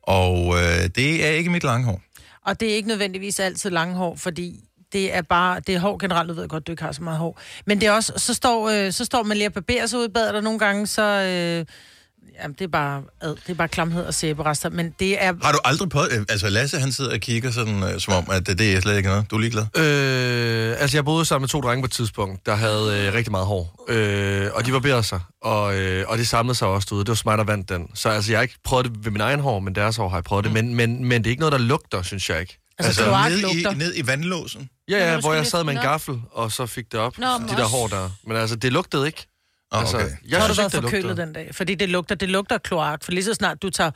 [SPEAKER 1] Og øh, det er ikke mit lange hår.
[SPEAKER 2] Og det er ikke nødvendigvis altid lange hår, fordi det er bare, det er hår generelt, du ved jeg godt, du ikke har så meget hår. Men det er også, så står, øh, så står man lige og barberer sig ud i badet, og nogle gange så, øh, jamen det er bare, ad, det er bare klamhed og sæberester, men det er,
[SPEAKER 1] Har du aldrig på... Øh, altså Lasse, han sidder og kigger sådan, øh, som om, at det, det er slet ikke noget. Du er ligeglad.
[SPEAKER 3] Øh, altså, jeg boede sammen med to drenge på et tidspunkt, der havde øh, rigtig meget hår. Øh, og de barberede sig, og, øh, og det samlede sig også derude. Det var smart, der vandt den. Så altså, jeg har ikke prøvet det ved min egen hår, men deres hår har jeg prøvet det.
[SPEAKER 2] Mm.
[SPEAKER 3] Men, men, men det er ikke noget, der lugter, synes jeg ikke.
[SPEAKER 2] Altså,
[SPEAKER 1] Altså,
[SPEAKER 3] Altså,
[SPEAKER 1] ned, i, ned i vandlåsen?
[SPEAKER 3] Ja,
[SPEAKER 1] Nå,
[SPEAKER 3] ja,
[SPEAKER 1] du
[SPEAKER 3] hvor
[SPEAKER 1] skal
[SPEAKER 3] jeg
[SPEAKER 1] lige-
[SPEAKER 3] sad med en
[SPEAKER 1] Nå.
[SPEAKER 3] gaffel, og så fik det op,
[SPEAKER 2] Nå,
[SPEAKER 3] Nå,
[SPEAKER 2] men
[SPEAKER 3] de der
[SPEAKER 2] også-
[SPEAKER 3] hår der. Men altså, det lugtede ikke.
[SPEAKER 1] Ah,
[SPEAKER 3] Altså,
[SPEAKER 1] okay.
[SPEAKER 3] jeg
[SPEAKER 2] har du
[SPEAKER 3] synes
[SPEAKER 2] været
[SPEAKER 3] ikke, det
[SPEAKER 2] forkølet
[SPEAKER 3] lugtede.
[SPEAKER 2] den dag? Fordi det lugter, det lugter af kloak, for lige så snart du tager,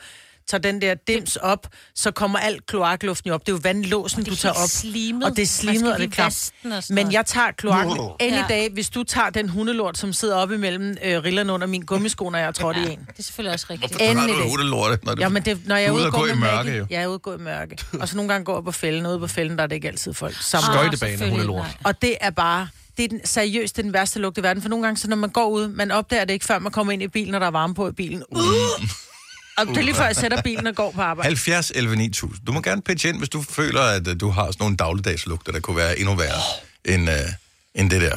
[SPEAKER 2] tager den der dims op, så kommer alt kloakluften jo op. Det er jo vandlåsen, du tager
[SPEAKER 5] helt
[SPEAKER 2] op.
[SPEAKER 5] slimet.
[SPEAKER 2] Og det er
[SPEAKER 5] Man skal
[SPEAKER 2] slimet, og det er
[SPEAKER 5] lige
[SPEAKER 2] klamt.
[SPEAKER 5] vaske den og sådan
[SPEAKER 2] Men
[SPEAKER 5] noget.
[SPEAKER 2] jeg tager kloakken
[SPEAKER 5] Wow.
[SPEAKER 2] any
[SPEAKER 5] Ja.
[SPEAKER 2] dag, hvis du tager den hundelort, som sidder oppe imellem øh, rillerne under min gummisko, når jeg har trådt i en.
[SPEAKER 5] Det er selvfølgelig også rigtigt.
[SPEAKER 1] Hvorfor tager du hundelorte, når du-
[SPEAKER 2] ja, men det, når jeg er
[SPEAKER 1] Du er
[SPEAKER 2] ude
[SPEAKER 1] ude
[SPEAKER 2] og
[SPEAKER 1] at
[SPEAKER 2] gå
[SPEAKER 1] gå i
[SPEAKER 2] med
[SPEAKER 1] mørke,
[SPEAKER 2] Maggie,
[SPEAKER 1] jo.
[SPEAKER 2] Jeg er ude at gå i mørke. Og så nogle gange går jeg på fælden. Ude på fælden, der er det ikke altid folk sammen.
[SPEAKER 3] Skøjtebaner, Ah, selvfølgelig hundelort. nej.
[SPEAKER 2] Og det er bare... Det er den, seriøst det er den værste lugt i verden. For nogle gange, så når man går ud, man opdager det ikke, før man kommer ind i bilen, og der er varme på i bilen. Uh!
[SPEAKER 1] Mm.
[SPEAKER 2] Og det er lige før, jeg sætter bilen og går på arbejde.
[SPEAKER 1] 70 11 9000. Du må gerne pitche ind, hvis du føler, at øh, du har sådan nogle dagligdagslugter, der kunne være endnu værre end, øh, end det der.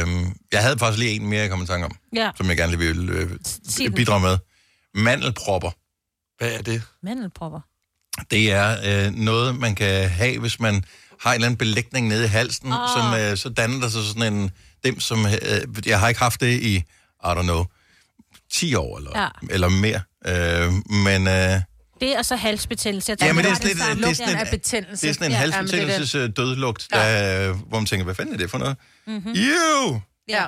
[SPEAKER 1] Øhm, jeg havde faktisk lige en mere, jeg kom i tanke om,
[SPEAKER 5] Ja.
[SPEAKER 1] som jeg gerne lige ville øh,
[SPEAKER 5] sig den.
[SPEAKER 1] bidrage med. Mandelpropper.
[SPEAKER 3] Hvad er det?
[SPEAKER 5] Mandelpropper.
[SPEAKER 1] Det er øh, noget, man kan have, hvis man har en eller anden belægning nede i halsen,
[SPEAKER 2] Ah.
[SPEAKER 1] oh. som, øh, så danner der sig sådan en dem, som... Øh, jeg har ikke haft det i, I don't know, 10 år eller,
[SPEAKER 5] Ja.
[SPEAKER 1] eller mere. Øh, men... Øh,
[SPEAKER 5] Det er så halsbetændelse. Jeg
[SPEAKER 1] Ja,
[SPEAKER 5] tror,
[SPEAKER 1] men det er
[SPEAKER 5] var
[SPEAKER 1] sådan, lidt, det er
[SPEAKER 5] samme.
[SPEAKER 1] sådan en, det er sådan en
[SPEAKER 5] Ja,
[SPEAKER 1] halsbetændelses øh, dødlugt, der, øh, hvor man tænker, hvad fanden er det for noget?
[SPEAKER 2] Mhm.
[SPEAKER 1] Jo!
[SPEAKER 2] Ja.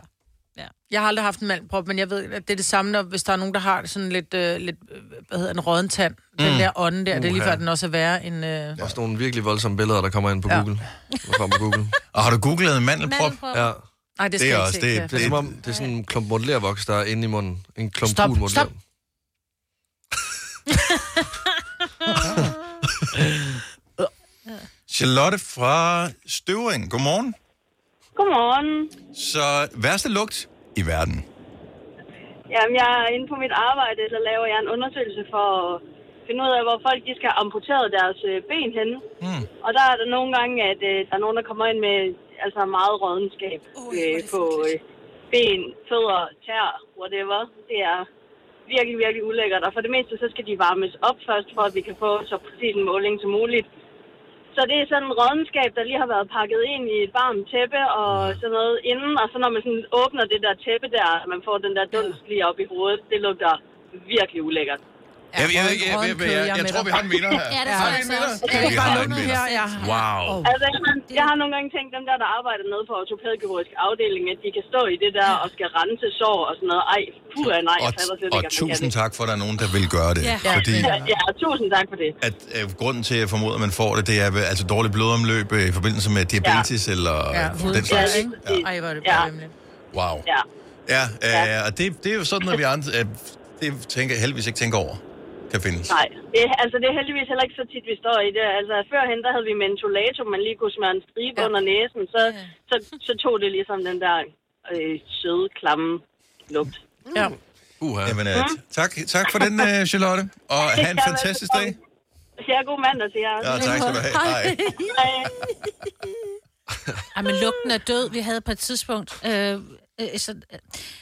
[SPEAKER 2] ja. Jeg har aldrig haft en mandprop, men jeg ved, at det er det samme, når, hvis der er nogen, der har sådan lidt, øh, lidt øh, hvad hedder en rådden tand. Den
[SPEAKER 3] Mm.
[SPEAKER 2] der ånde der, det er lige
[SPEAKER 3] Uha.
[SPEAKER 2] før, den også er værre end... Øh...
[SPEAKER 3] Også nogle virkelig voldsomme billeder, der kommer ind på
[SPEAKER 2] Ja.
[SPEAKER 3] Google. Der kommer på Google.
[SPEAKER 1] [laughs] Og har du googlet en mandelprop?
[SPEAKER 2] Mandelprop.
[SPEAKER 3] Ja.
[SPEAKER 2] Ej, det skal jeg ikke se, kan jeg
[SPEAKER 3] det, er som om, det er sådan en klump modellervoks, der er inde i munden. En klump
[SPEAKER 2] Stop,
[SPEAKER 3] gul modeller.
[SPEAKER 2] stop.
[SPEAKER 1] Charlotte fra Støvring. Godmorgen.
[SPEAKER 16] Godmorgen.
[SPEAKER 1] Så værste lugt i verden.
[SPEAKER 16] Jamen, jeg er inde på mit arbejde, der laver jeg en undersøgelse for at finde ud af, hvor folk de skal have amputeret deres øh, ben henne.
[SPEAKER 1] Mm.
[SPEAKER 16] Og der er der nogle gange, at øh, der er nogen, der kommer ind med altså meget rådenskab øh, på øh, ben, fødder, tær, whatever. Det er virkelig, virkelig ulækkert. Og for det meste, så skal de varmes op først, for at vi kan få så præcis en måling som muligt. Så det er sådan en rådenskab, der lige har været pakket ind i et varmt tæppe og sådan noget inden. Og så når man sådan åbner det der tæppe der, man får den der dunst lige op i hovedet. Det lugter virkelig ulækkert.
[SPEAKER 1] Jeg, jeg, jeg, jeg, jeg, jeg, jeg, jeg tror, vi har en vinder her.
[SPEAKER 16] [laughs] Ja, det tror
[SPEAKER 1] Har vi
[SPEAKER 16] jeg
[SPEAKER 1] en
[SPEAKER 16] så
[SPEAKER 1] vinder?
[SPEAKER 16] også.
[SPEAKER 1] Ja, vi har en vinder.
[SPEAKER 16] ja.
[SPEAKER 1] Wow.
[SPEAKER 16] Altså, man- jeg har nogle gange tænkt, dem der, der arbejder nede på ortopædkirurgisk afdeling, at de kan stå i det der og skal rense sår og sådan noget. Ej, puha, nej, jeg fatter slet ikke, at
[SPEAKER 1] Og
[SPEAKER 16] man kan
[SPEAKER 1] tusind
[SPEAKER 16] det.
[SPEAKER 1] tak for, at der er nogen, der vil gøre det.
[SPEAKER 16] Ja,
[SPEAKER 1] Fordi
[SPEAKER 16] ja, ja, tusind tak for det.
[SPEAKER 1] at øh, grunden til, at jeg formoder, at man får det, det er øh, altså dårligt blodomløb øh, i forbindelse med diabetes ja. eller ja, den slags.
[SPEAKER 2] Ja. Ej, hvor er det Øh, bare ja.
[SPEAKER 1] Wow. Ja, ja øh, og det, det er jo sådan, at vi andre, øh, det tænker, heldigvis ikke tænker over, kan findes.
[SPEAKER 16] Nej, det, altså det er heldigvis heller ikke så tit, vi står i det. Altså førhen, der havde vi mentolatum, man lige kunne smøre en stribe ja. under næsen, så, så, så tog det ligesom den der øh, søde, klamme lugt.
[SPEAKER 2] Ja.
[SPEAKER 1] Uha. Jamen, øh, tak, tak for den, øh, Charlotte, og have en
[SPEAKER 16] Ja,
[SPEAKER 1] fantastisk dag.
[SPEAKER 16] velbekomme. Ja, god mandag til jer.
[SPEAKER 1] Ja, tak skal du have. Hej.
[SPEAKER 16] Hej.
[SPEAKER 5] Ej, men lugten er død. Vi havde på et tidspunkt øh, øh, så, øh,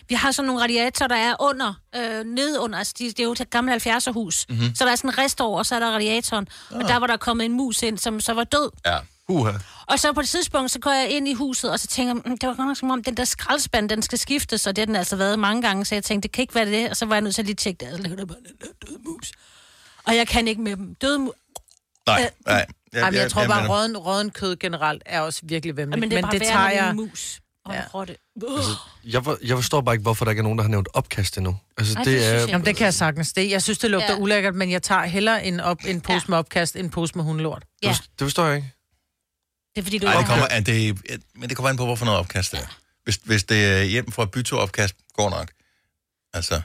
[SPEAKER 5] vi har sådan nogle radiatorer, der er under, øh, nede under, altså de, det er jo et gammelt 70'er hus,
[SPEAKER 1] Mhm.
[SPEAKER 5] mm-hmm. så der er sådan en rest over, og så er der radiatoren,
[SPEAKER 3] Ah.
[SPEAKER 5] og der var der kommet en mus ind, som så var død.
[SPEAKER 1] Ja. Uha.
[SPEAKER 5] Og så på et tidspunkt, så går jeg ind i huset, og så tænker jeg, "Mm, det var godt nok som om, den der skraldespand, den skal skiftes, og det har den altså været mange gange, så jeg tænkte, det kan ikke være det, og så var jeg nødt til at lige tjekke det, og så ligger der bare den der døde mus. Og jeg kan ikke med dem. Døde mus.
[SPEAKER 1] Nej,
[SPEAKER 5] Øh,
[SPEAKER 1] nej.
[SPEAKER 2] Jeg, Jamen, jeg, tror bare,
[SPEAKER 1] mener-
[SPEAKER 2] råden, råden kød generelt er også virkelig vemmeligt.
[SPEAKER 5] Men det er bare værre end en mus og en rotte. Altså,
[SPEAKER 3] Jeg, for, jeg forstår bare ikke, hvorfor der ikke er nogen, der har nævnt opkast endnu. Altså, Ej, det, det er...
[SPEAKER 2] Jamen, det kan jeg sagtens. Det, jeg synes, det lugter
[SPEAKER 5] Ja.
[SPEAKER 2] ja. ulækkert, men jeg tager hellere en, op, en pose ja. med opkast end en pose med hundelort.
[SPEAKER 5] Ja.
[SPEAKER 3] Det forstår jeg ikke.
[SPEAKER 5] Det er fordi, du
[SPEAKER 1] Ej,
[SPEAKER 5] ikke
[SPEAKER 1] det kommer,
[SPEAKER 5] har-
[SPEAKER 1] an, det, men det kommer an på, hvorfor noget opkast det er. Hvis, hvis det er hjem fra byturopkast, går nok. Altså,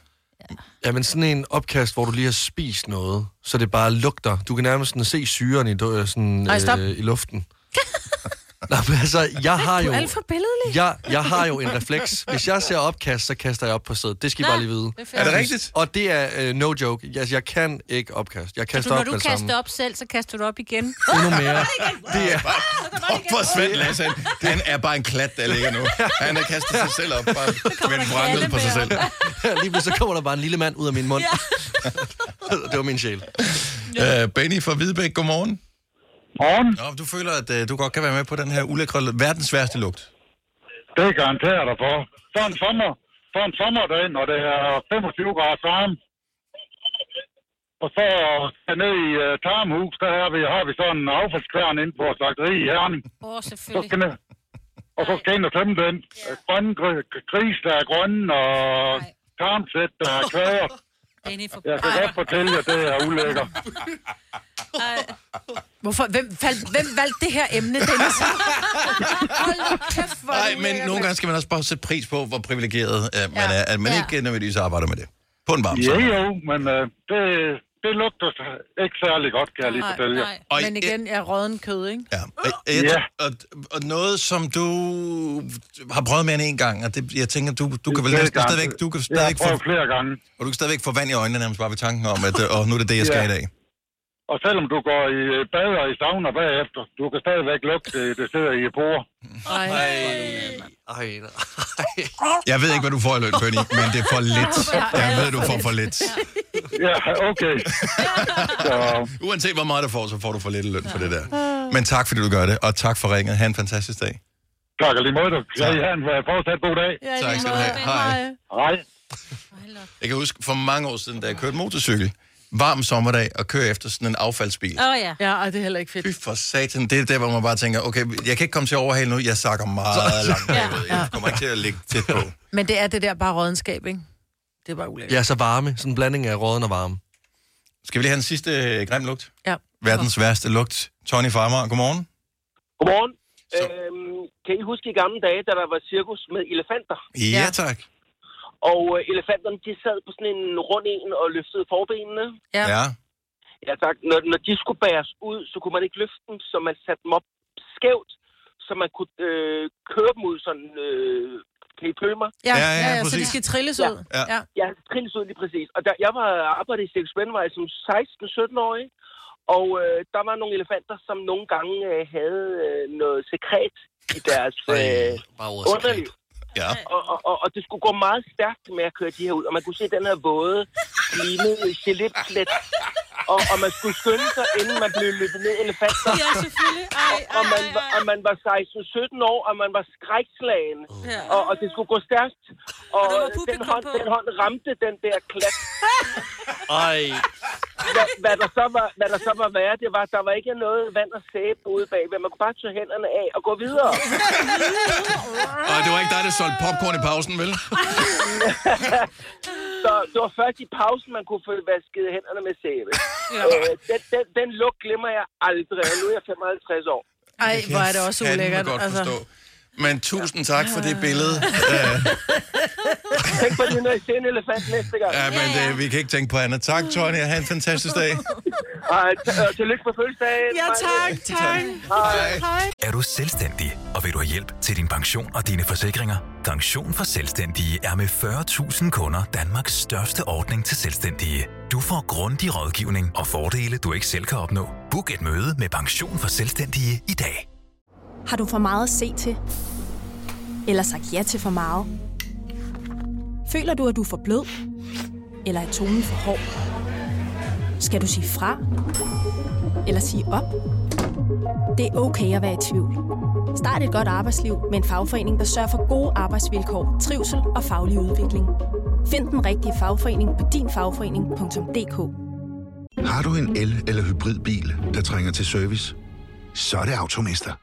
[SPEAKER 3] Ja, men sådan en opkast, hvor du lige har spist noget, så det bare lugter. Du kan nærmest sådan se syren i, du- øh, sådan,
[SPEAKER 2] Ej, stop.
[SPEAKER 3] øh, i luften. [laughs] Nej, men altså, jeg har
[SPEAKER 2] Du
[SPEAKER 3] jo...
[SPEAKER 2] er alt for billedlig.
[SPEAKER 3] Jeg, jeg har jo en refleks.
[SPEAKER 2] [laughs]
[SPEAKER 3] Hvis jeg ser opkast, så kaster jeg op på sædet. Det skal I
[SPEAKER 5] Nå,
[SPEAKER 3] bare lige vide.
[SPEAKER 5] det er fair. Er det rigtigt?
[SPEAKER 3] Og det er øh, no joke. Jeg, jeg kan ikke opkast. Jeg
[SPEAKER 5] Du,
[SPEAKER 3] kaster
[SPEAKER 5] Altså, når
[SPEAKER 3] op
[SPEAKER 5] du
[SPEAKER 3] med det
[SPEAKER 5] kaster Ah,
[SPEAKER 3] samme.
[SPEAKER 5] op selv, så kaster du op igen.
[SPEAKER 3] Endnu
[SPEAKER 5] [laughs]
[SPEAKER 3] mere. Det er...
[SPEAKER 1] for Svend Lasse, han, han er bare en klat, der ligger nu. Han har kastet sig selv op, bare med en vrangel på sig selv.
[SPEAKER 3] lige pludselig så kommer der bare en lille mand ud af min mund. [laughs] det var min sjæl.
[SPEAKER 1] Øh, Benny fra Hvidebæk, godmorgen. Morgen. Nå, du føler, at øh, du godt kan være med på den her ulækre, lu- verdens værste lugt.
[SPEAKER 13] Det garanterer jeg dig for. For en sommer, for en sommerdag, når det er 25 grader varm. Og så ned i uh, Tarmhus, der har vi, har vi sådan en affaldskværn inde på slagteri i Herning.
[SPEAKER 5] Åh, oh,
[SPEAKER 13] Så
[SPEAKER 5] selvfølgelig.
[SPEAKER 13] skal ned. Og så skal jeg ind og tømme den. Øh, Grønne gr- gr- gris, der er grønne, og tarmsæt, der er kværet.
[SPEAKER 5] Benny for...
[SPEAKER 13] Jeg kan godt fortælle jer, det er ulækker.
[SPEAKER 2] Hvorfor? Hvem, valg, hvem valgte det her emne,
[SPEAKER 3] [laughs]
[SPEAKER 2] Dennis? Hold kæft, hvor er det
[SPEAKER 1] Nej, men
[SPEAKER 2] ulækkert.
[SPEAKER 1] nogle gange skal man også bare sætte pris på, hvor privilegeret øh, man
[SPEAKER 2] Ja.
[SPEAKER 1] er, at man
[SPEAKER 2] Ja.
[SPEAKER 1] ikke øh, nødvendigvis arbejder med det. På en varm
[SPEAKER 13] Jo,
[SPEAKER 1] sommer.
[SPEAKER 13] jo, men øh, det, det lugter ikke særlig godt, kan jeg lige
[SPEAKER 2] Nej,
[SPEAKER 13] fortælle jer.
[SPEAKER 2] nej. Men igen, er råden kød, ikke?
[SPEAKER 1] Ja. Jeg, jeg, og, og noget, som du har prøvet mere end en gang, og det, jeg tænker, du, du kan vel
[SPEAKER 13] flere
[SPEAKER 1] næsten
[SPEAKER 13] gange.
[SPEAKER 1] stadigvæk... Du kan
[SPEAKER 13] Jeg har
[SPEAKER 1] stadigvæk
[SPEAKER 13] prøvet flere gange.
[SPEAKER 1] Og du kan stadigvæk få vand i øjnene nærmest bare ved tanken om, at øh, åh, nu er det det, jeg skal
[SPEAKER 13] Ja.
[SPEAKER 1] i dag.
[SPEAKER 13] Og selvom du går i øh, bad og i sauna bagefter, du kan stadigvæk lugte øh, det, det sidder i porer.
[SPEAKER 2] Ej.
[SPEAKER 3] Ej, nej.
[SPEAKER 1] Jeg ved ikke, hvad du får i løn, Benny, men det er for lidt. Jeg ved, du får for lidt. [laughs]
[SPEAKER 13] Ja, okay.
[SPEAKER 1] Uanset hvor meget du får, så får du for lidt i løn for det der. Men tak, fordi du gør det, og tak for ringet. Ha' en fantastisk dag.
[SPEAKER 13] Tak og lige måde. Jeg har en øh, fortsat god dag.
[SPEAKER 1] Ja, i Tak lige skal du have. måde. Hej.
[SPEAKER 13] Hej.
[SPEAKER 1] Jeg kan huske for mange år siden, da jeg kørte motorcykel, varm sommerdag, og køre efter sådan en affaldsbil.
[SPEAKER 5] Åh, oh, ja.
[SPEAKER 2] Ja, og det er heller ikke fedt.
[SPEAKER 1] Fy for satan, det er der, hvor man bare tænker, okay, jeg kan ikke komme til at overhale nu, jeg sakker meget langt bagud. Jeg kommer ikke til at ligge tæt på.
[SPEAKER 2] Men det er det der bare rådenskab, ikke? Det er bare ulækkert.
[SPEAKER 3] Jeg er så varme. Sådan en blanding af råden og varme.
[SPEAKER 1] Skal vi lige have en sidste øh, grim lugt?
[SPEAKER 2] Ja.
[SPEAKER 1] Verdens værste lugt. Tony Farmer, godmorgen.
[SPEAKER 17] Godmorgen. Øhm, kan I huske i gamle dage, da der var cirkus med elefanter?
[SPEAKER 1] Ja, tak.
[SPEAKER 17] Og øh, elefanterne, de sad på sådan en rund en og løftede forbenene.
[SPEAKER 2] Ja.
[SPEAKER 1] ja.
[SPEAKER 17] Ja tak. Når, når de skulle bæres ud, så kunne man ikke løfte dem, så man satte dem op skævt, så man kunne øh, køre dem ud sådan... Øh, kan I følge mig?
[SPEAKER 2] Ja, ja, ja, ja, så de skal trilles ud.
[SPEAKER 17] Ja,
[SPEAKER 2] Ja.
[SPEAKER 17] ja trilles ud lige præcis. Og der, jeg var arbejdet i Cirkus Benvej som 16-17-årig, og øh, der var nogle elefanter, som nogle gange øh, havde øh, noget sekret i deres øh, underliv.
[SPEAKER 1] Ja.
[SPEAKER 17] Og, og, og, og det skulle gå meget stærkt med at køre de her ud, og man kunne se den her våde, lignede geléplet. Og, og man skulle skynde sig, inden man blev løbet ned af elefanter.
[SPEAKER 7] Ja, selvfølgelig. Ej,
[SPEAKER 17] Og, og, man, var- og man var 16-17 år, og man var skrækslagen.
[SPEAKER 7] Ja.
[SPEAKER 17] Og, og det skulle gå stærkt. Og,
[SPEAKER 7] der var
[SPEAKER 17] og den,
[SPEAKER 7] publikum
[SPEAKER 17] hånd,
[SPEAKER 7] på.
[SPEAKER 17] den hånd ramte den der klat.
[SPEAKER 3] Ej.
[SPEAKER 17] Hvad, hvad, der så var, hvad der så var værre, det var, at der var ikke noget vand og sæbe ude bagved. Man kunne bare tage hænderne af og gå
[SPEAKER 7] [laughs]
[SPEAKER 17] videre.
[SPEAKER 1] Og det var ikke dig, der solgte popcorn i pausen, vel?
[SPEAKER 17] så det var først i pausen, man kunne få vasket hænderne med sæbe. Øh, den, den, den lugt glemmer jeg aldrig, og nu er jeg 55 år.
[SPEAKER 2] Ej, hvor er det også
[SPEAKER 1] Kan
[SPEAKER 2] ulækkert.
[SPEAKER 1] godt
[SPEAKER 2] altså.
[SPEAKER 1] forstå. Men tusind tak for det billede. Øh,
[SPEAKER 17] Tænk på det, når I ser en elefant næste gang.
[SPEAKER 1] Ja, men det, vi kan ikke tænke på andet. Tak, Tony, og have en fantastisk dag.
[SPEAKER 17] Og t- og tillykke på fødselsdagen.
[SPEAKER 7] Ja, tak, tak.
[SPEAKER 17] Hej.
[SPEAKER 7] Hej.
[SPEAKER 18] Er du selvstændig, og vil du have hjælp til din pension og dine forsikringer? Pension for Selvstændige er med 40.000 kunder Danmarks største ordning til selvstændige. Du får grundig rådgivning og fordele, du ikke selv kan opnå. Book et møde med Pension for Selvstændige i dag.
[SPEAKER 19] Har du for meget at se til? Eller sagt ja til for meget? Føler du, at du er for blød? Eller er tonen for hård? Skal du sige fra? Eller sige op? Det er okay at være i tvivl. Start et godt arbejdsliv med en fagforening, der sørger for gode arbejdsvilkår, trivsel og faglig udvikling. Find den rigtige fagforening på dinfagforening.dk
[SPEAKER 20] Har du en el- eller hybridbil, der trænger til service? Så er det Automester.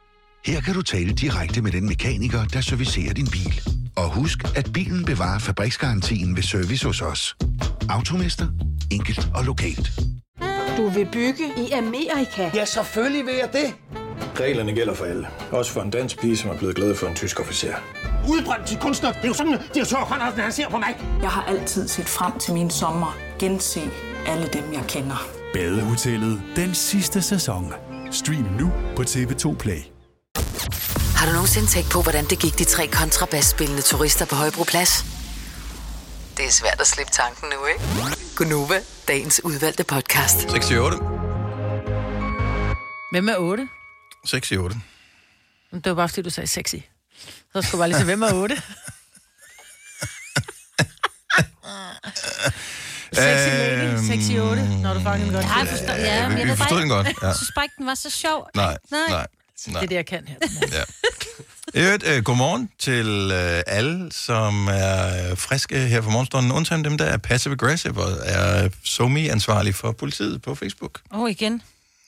[SPEAKER 20] Her kan du tale direkte med den mekaniker, der servicerer din bil. Og husk, at bilen bevarer fabriksgarantien ved service hos os. Automester. Enkelt og lokalt.
[SPEAKER 21] Du vil bygge i Amerika? Ja, selvfølgelig vil jeg det.
[SPEAKER 22] Reglerne gælder for alle. Også for en dansk pige, som er blevet glad for en tysk officer.
[SPEAKER 21] Udbrøndt til kunstner. Det er jo sådan, at de har tørt, han ser på mig. Jeg har altid set frem til min sommer. Gense alle dem, jeg kender.
[SPEAKER 23] Badehotellet den sidste sæson. Stream nu på TV2 Play.
[SPEAKER 6] Har du nogensinde tænkt på, hvordan det gik de tre kontrabasspillende turister på Højbroplads? Det er svært at slippe tanken nu, ikke? Gunova, dagens udvalgte podcast.
[SPEAKER 1] 6 i 8.
[SPEAKER 2] Hvem er 8?
[SPEAKER 1] 6 i 8.
[SPEAKER 2] Det var bare, fordi du sagde sexy. Så skulle jeg bare lige se, hvem er [laughs] 8?
[SPEAKER 5] Sexy
[SPEAKER 1] Øhm,
[SPEAKER 5] lady,
[SPEAKER 2] Seks i 8, når du fanger den godt.
[SPEAKER 5] Ja, Øhm, jeg forstår, ja,
[SPEAKER 1] vi-
[SPEAKER 5] men
[SPEAKER 1] vi
[SPEAKER 5] jeg ved
[SPEAKER 1] forstod
[SPEAKER 5] bare
[SPEAKER 1] den godt,
[SPEAKER 5] ikke-
[SPEAKER 1] ja.
[SPEAKER 5] Jeg synes bare ikke, den var så sjov.
[SPEAKER 1] Nej, nej,
[SPEAKER 2] Det
[SPEAKER 1] nej.
[SPEAKER 2] er det, jeg kan her.
[SPEAKER 1] Ja. I øvrigt, øh, godmorgen til øh, alle, som er øh, friske her fra morgenstunden, undtagen dem, der er passive-aggressive og er somi-ansvarlige for politiet på Facebook.
[SPEAKER 5] [laughs] Åh, oh, igen.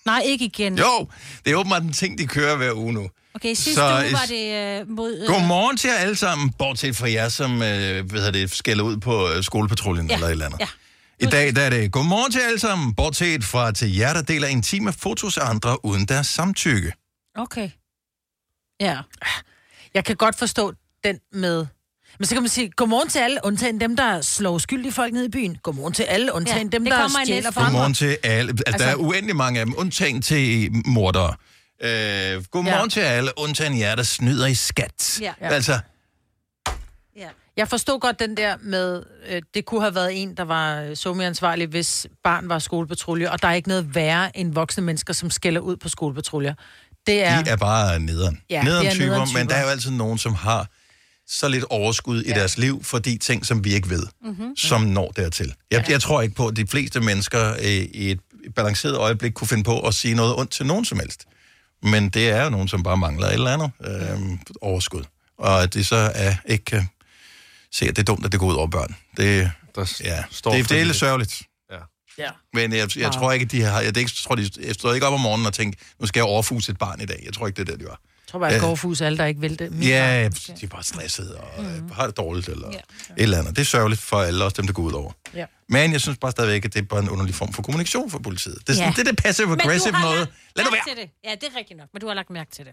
[SPEAKER 5] Nej, ikke igen.
[SPEAKER 1] Jo, det er åbenbart en ting, de kører hver uge nu.
[SPEAKER 5] Okay, sidste
[SPEAKER 1] Så
[SPEAKER 5] uge
[SPEAKER 1] i-
[SPEAKER 5] var det øh, mod... Øh,
[SPEAKER 1] Godmorgen til jer alle sammen, bortset fra jer, som øh, hvad hedder det, skælder ud på øh, skolepatruljen ja. eller et eller andet.
[SPEAKER 5] Ja.
[SPEAKER 1] I dag der er det godmorgen til jer alle sammen, bortset fra til jer, der deler intime fotos af andre uden deres samtykke.
[SPEAKER 2] Okay. Ja. Jeg kan godt forstå den med... Men så kan man sige, godmorgen til alle, undtagen dem, der slår skyldige folk ned i byen. Godmorgen til alle, undtagen ja,
[SPEAKER 5] Ja,
[SPEAKER 2] dem,
[SPEAKER 5] det
[SPEAKER 2] der
[SPEAKER 5] kommer i
[SPEAKER 2] stjæler
[SPEAKER 5] næste
[SPEAKER 2] fra andre.
[SPEAKER 1] Godmorgen til alle. Altså, altså, der er
[SPEAKER 2] Altså-
[SPEAKER 1] uendelig mange af dem, undtagen til mordere. Øh, godmorgen ja.
[SPEAKER 2] Ja.
[SPEAKER 1] til alle, undtagen jer, der snyder i skat.
[SPEAKER 2] Ja. Ja.
[SPEAKER 1] Altså,
[SPEAKER 2] Ja. Jeg forstod godt den der med, øh, det kunne have været en, der var øh, somiansvarlig, hvis barn var skolepatrulje, og der er ikke noget værre end voksne mennesker, som skælder ud på skolepatruljer. Det er...
[SPEAKER 1] de er bare nederen.
[SPEAKER 2] Ja,
[SPEAKER 1] nederen
[SPEAKER 2] det er
[SPEAKER 1] typer,
[SPEAKER 2] nederen
[SPEAKER 1] men
[SPEAKER 2] typer.
[SPEAKER 1] der er jo altid nogen, som har så lidt overskud i deres liv, fordi ting, som vi ikke ved,
[SPEAKER 2] Mhm.
[SPEAKER 1] mm-hmm. som når dertil. Jeg, jeg tror ikke på, at de fleste mennesker øh, i et balanceret øjeblik kunne finde på at sige noget ondt til nogen som helst. Men det er jo nogen, som bare mangler et eller andet øh, overskud. Og at det så er, ikke kan se, at det er dumt, at det går ud over børn. Det,
[SPEAKER 3] der
[SPEAKER 1] ja,
[SPEAKER 3] står
[SPEAKER 1] det, det er lidt
[SPEAKER 3] frivilligt.
[SPEAKER 1] sørgeligt.
[SPEAKER 2] Ja.
[SPEAKER 1] Men jeg, jeg
[SPEAKER 3] Meget.
[SPEAKER 1] tror ikke, de har... Jeg, det er ikke, tror, de, jeg stod ikke op om morgenen og tænkte, nu skal jeg overfuse et barn i dag. Jeg tror ikke, det er det, de var.
[SPEAKER 2] Jeg tror bare, jeg
[SPEAKER 1] Ja.
[SPEAKER 2] går alle, der ikke vil
[SPEAKER 5] Mm,
[SPEAKER 2] det. Min
[SPEAKER 1] Ja,
[SPEAKER 2] barn.
[SPEAKER 1] de er bare stressede og mm. har det dårligt eller ja. et eller andet. Det er sørgeligt for alle, også dem, der går ud over.
[SPEAKER 2] Ja.
[SPEAKER 1] Men jeg synes bare stadigvæk, at det er bare en underlig form for kommunikation for politiet. Det er sådan,
[SPEAKER 5] Ja.
[SPEAKER 1] ja. det der passive-aggressive
[SPEAKER 5] Men du har
[SPEAKER 1] noget.
[SPEAKER 5] lagt
[SPEAKER 1] Lad nu
[SPEAKER 5] mærke
[SPEAKER 1] være.
[SPEAKER 5] Til det. Ja, det er rigtigt nok, men du har lagt mærke til det.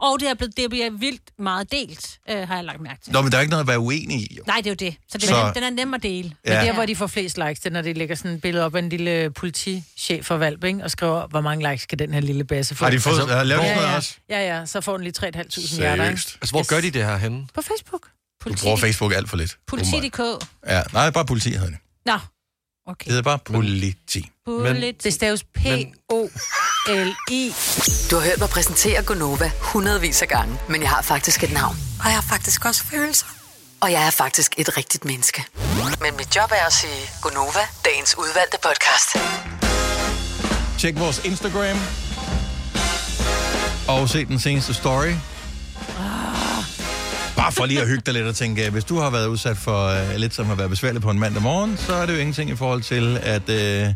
[SPEAKER 5] Og det, er blevet, det bliver vildt meget delt, øh, har jeg lagt mærke til.
[SPEAKER 1] Nå, men der er ikke noget at være uenig i, jo.
[SPEAKER 5] Nej, det er jo det. Så, det,
[SPEAKER 1] Så-
[SPEAKER 5] så... den er nem at dele.
[SPEAKER 2] Men der, hvor de får flest likes, det er, når de lægger sådan et billede op af en lille politichef for Valp, ikke? og skriver, hvor mange likes skal den her lille basse få. Altså-
[SPEAKER 3] Har de fået- har lavet sådan
[SPEAKER 2] ja,
[SPEAKER 3] noget
[SPEAKER 2] ja.
[SPEAKER 3] også?
[SPEAKER 2] Ja, ja, så får den lige 3.500 hjerter. Ikke?
[SPEAKER 3] Altså, hvor yes. gør de det her henne?
[SPEAKER 2] På Facebook.
[SPEAKER 1] Du bruger Facebook alt for lidt.
[SPEAKER 5] Politi.dk.
[SPEAKER 1] Åbenbart. Ja, nej, bare politi hedder det.
[SPEAKER 5] Nå,
[SPEAKER 1] Det hedder bare politi.
[SPEAKER 2] Politi. Det staves P-O-L-I.
[SPEAKER 6] Du har hørt mig præsentere Gonova hundredvis af gange, men jeg har faktisk et navn. Og jeg har faktisk også følelser. Og jeg er faktisk et rigtigt menneske. Men mit job er at sige Gonova, dagens udvalgte podcast.
[SPEAKER 1] Tjek vores Instagram. Og se den seneste story. Bare for lige at hygge dig lidt og tænke, hvis du har været udsat for øh, lidt som har været besværligt på en mandag morgen, så er det jo ingenting i forhold til at øh,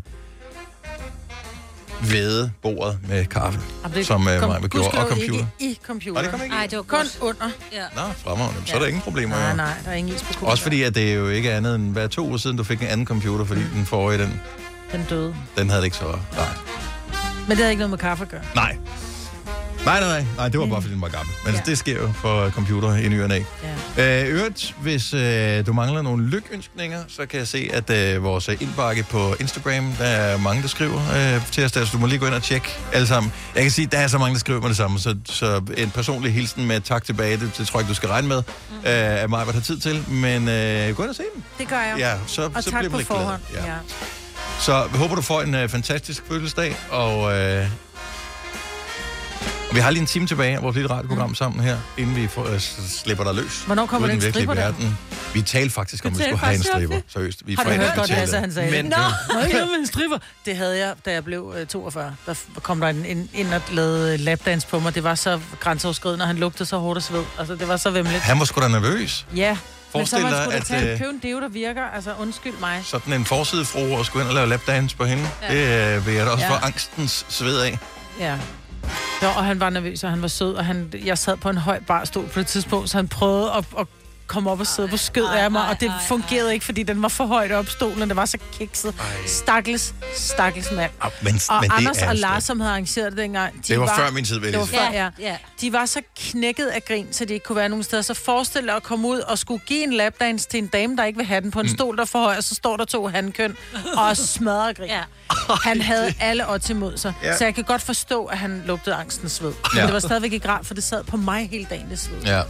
[SPEAKER 1] væde bordet med kaffe,
[SPEAKER 2] det
[SPEAKER 1] som øh,
[SPEAKER 2] kom-
[SPEAKER 1] mig gjorde, og
[SPEAKER 2] gudskelov
[SPEAKER 1] computer.
[SPEAKER 2] Ikke i computer.
[SPEAKER 1] Og det kom ikke
[SPEAKER 2] Nej, det var Kun under. Ja.
[SPEAKER 1] Nå, fremragende. Så er der ingen problemer.
[SPEAKER 2] Nej,
[SPEAKER 1] jo.
[SPEAKER 2] nej, der er ingen is på computer.
[SPEAKER 1] Også fordi, at det er jo ikke andet end hver to uger siden, du fik en anden computer, fordi den forrige, den,
[SPEAKER 2] Den døde.
[SPEAKER 1] den havde det ikke så rart.
[SPEAKER 2] Men det havde ikke noget med kaffe at gøre.
[SPEAKER 1] Nej. Nej, nej, nej. Nej, det var bare, fordi den var gammel. Men ja. det sker jo for computer i ny og næ. Ja. Øh, øvrigt, hvis øh, du mangler nogle lykønskninger, så kan jeg se, at øh, vores øh, indbakke på Instagram, der er mange, der skriver øh, til os der, så du må lige gå ind og tjekke alle sammen. Jeg kan sige, der er så mange, der skriver mig det samme, så, så en personlig hilsen med tak tilbage, det, det tror jeg ikke, du skal regne med, mm. øh, at mig har tid til, men øh, gå ind og se dem.
[SPEAKER 2] Det gør jeg.
[SPEAKER 1] Ja, så-
[SPEAKER 2] og
[SPEAKER 1] så
[SPEAKER 2] tak
[SPEAKER 1] bliver man
[SPEAKER 2] på
[SPEAKER 1] lidt glad.
[SPEAKER 2] forhånd.
[SPEAKER 1] Ja.
[SPEAKER 2] Ja. ja.
[SPEAKER 1] Så vi håber, du får en øh, fantastisk fødselsdag, og øh, og Vi har lige en time tilbage af vores lille radioprogram sammen her, inden vi får, øh, s- slipper dig løs.
[SPEAKER 2] Mm. Hvornår kommer
[SPEAKER 1] ude i
[SPEAKER 2] den
[SPEAKER 1] virkelige
[SPEAKER 2] stripper der?
[SPEAKER 1] verden. Vi talte faktisk om,
[SPEAKER 2] Vi
[SPEAKER 1] at
[SPEAKER 2] talte
[SPEAKER 1] vi skulle have en
[SPEAKER 2] faktisk om
[SPEAKER 1] stripper.
[SPEAKER 2] det.
[SPEAKER 1] Seriøst. Vi
[SPEAKER 2] Har du
[SPEAKER 1] forhandlede
[SPEAKER 2] hørt godt,
[SPEAKER 1] til
[SPEAKER 2] Lasse,
[SPEAKER 1] det.
[SPEAKER 2] han sagde?
[SPEAKER 1] Men, [laughs]
[SPEAKER 2] Nå, må jeg med en stripper? Det havde jeg, da jeg blev øh, 42. Der f- kom der en, en ind og lavede øh, lapdance på mig. Det var så grænseoverskridende, og han lugtede så hårdt og sved. Altså, det var så vemmeligt.
[SPEAKER 1] han var sgu da nervøs.
[SPEAKER 2] Ja, men så
[SPEAKER 1] Forestil
[SPEAKER 2] var
[SPEAKER 1] dig,
[SPEAKER 2] man sgu da
[SPEAKER 1] at,
[SPEAKER 2] tage
[SPEAKER 1] øh,
[SPEAKER 2] en køb en deo, der virker. Altså, undskyld mig.
[SPEAKER 1] Sådan en forsidefru og skulle ind og lave lapdance på hende.
[SPEAKER 2] Ja.
[SPEAKER 1] Ja. Det øh, vil jeg da også
[SPEAKER 2] Ja.
[SPEAKER 1] ja. få angstens sved af.
[SPEAKER 2] Ja. Jo, og han var nervøs, og han var sød, og han, jeg sad på en høj barstol på det tidspunkt, så han prøvede at, at komme op og sidde på skød af mig, og det fungerede ikke, fordi den var for højt op stolen, det var så kikset. Stakkels, stakkels mand.
[SPEAKER 1] Ah, men-
[SPEAKER 2] og
[SPEAKER 1] men det
[SPEAKER 2] Anders
[SPEAKER 1] er
[SPEAKER 2] og
[SPEAKER 1] en
[SPEAKER 2] Lars, som havde arrangeret det dengang,
[SPEAKER 1] Det var før min tid, vil jeg
[SPEAKER 2] det var
[SPEAKER 1] lige
[SPEAKER 2] før,
[SPEAKER 1] sige.
[SPEAKER 2] ja. ja. De var så knækket af grin, så de ikke kunne være nogen steder. Så forestil dig at komme ud og skulle give en lapdance til en dame, der ikke vil have den på en mm. stol, der er for høj, og så står der to handkøn og smadrer grin. Ja. Han havde alle odds imod sig. Ja.
[SPEAKER 1] Ja.
[SPEAKER 2] Så jeg kan godt forstå, at han lugtede angsten sved. Ja.
[SPEAKER 1] Ja.
[SPEAKER 2] Men det var stadigvæk ikke rart, for det sad på mig hele dagen, det sved.
[SPEAKER 1] Ja.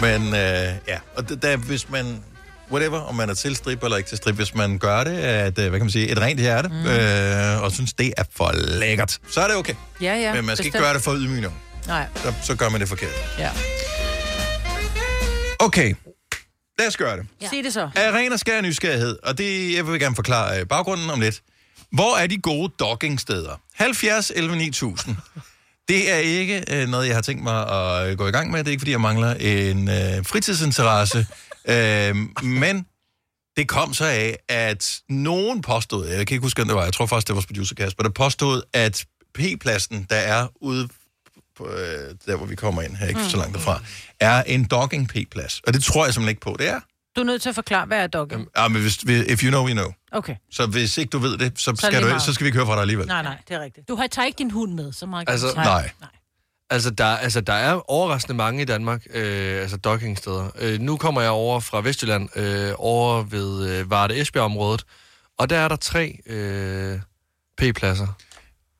[SPEAKER 1] Men øh, ja, og det, der, hvis man, whatever, om man er til strip eller ikke til strip, hvis man gør det, at, øh, hvad kan man sige, et rent hjerte, mm. øh, og synes, det er for lækkert, så er det okay.
[SPEAKER 2] Ja, ja.
[SPEAKER 1] Men man skal ikke
[SPEAKER 2] bestemt.
[SPEAKER 1] gøre det for ydmygende.
[SPEAKER 2] Nej,
[SPEAKER 1] Så, så gør man det forkert.
[SPEAKER 2] ja.
[SPEAKER 1] Okay, lad os gøre det.
[SPEAKER 2] ja. Sig det så.
[SPEAKER 1] Af ren og skær nysgerrighed, og det jeg vil gerne forklare øh, baggrunden om lidt. Hvor er de gode doggingsteder? 70 11 9000. Det er ikke øh, noget, jeg har tænkt mig at øh, gå i gang med. Det er ikke, fordi jeg mangler en øh, fritidsinteresse. [laughs] øh, men det kom så af, at nogen påstod, jeg kan ikke huske, hvem det var, jeg tror faktisk, det var vores producer Kasper, der påstod, at P-pladsen, der er ude på, øh, der, hvor vi kommer ind, her ikke mm. så langt derfra, er en dogging P-plads. Og det tror jeg simpelthen ikke på, det er.
[SPEAKER 2] Du er nødt til at forklare, hvad er dogging?
[SPEAKER 1] Ja, men hvis, if you know, you know.
[SPEAKER 2] Okay.
[SPEAKER 1] Så hvis ikke du ved det, så,
[SPEAKER 5] det
[SPEAKER 1] skal,
[SPEAKER 5] lige
[SPEAKER 1] du,
[SPEAKER 5] meget.
[SPEAKER 1] så skal vi ikke høre fra dig alligevel.
[SPEAKER 2] Nej, nej, det er rigtigt.
[SPEAKER 5] Du har taget ikke din hund med, så meget kan
[SPEAKER 3] Altså,
[SPEAKER 5] du sige.
[SPEAKER 3] nej. Altså der, altså, der er overraskende mange i Danmark, øh, altså dockingsteder. Øh, nu kommer jeg over fra Vestjylland, øh, over ved øh, Varde Esbjerg-området, og der er der tre øh, P-pladser.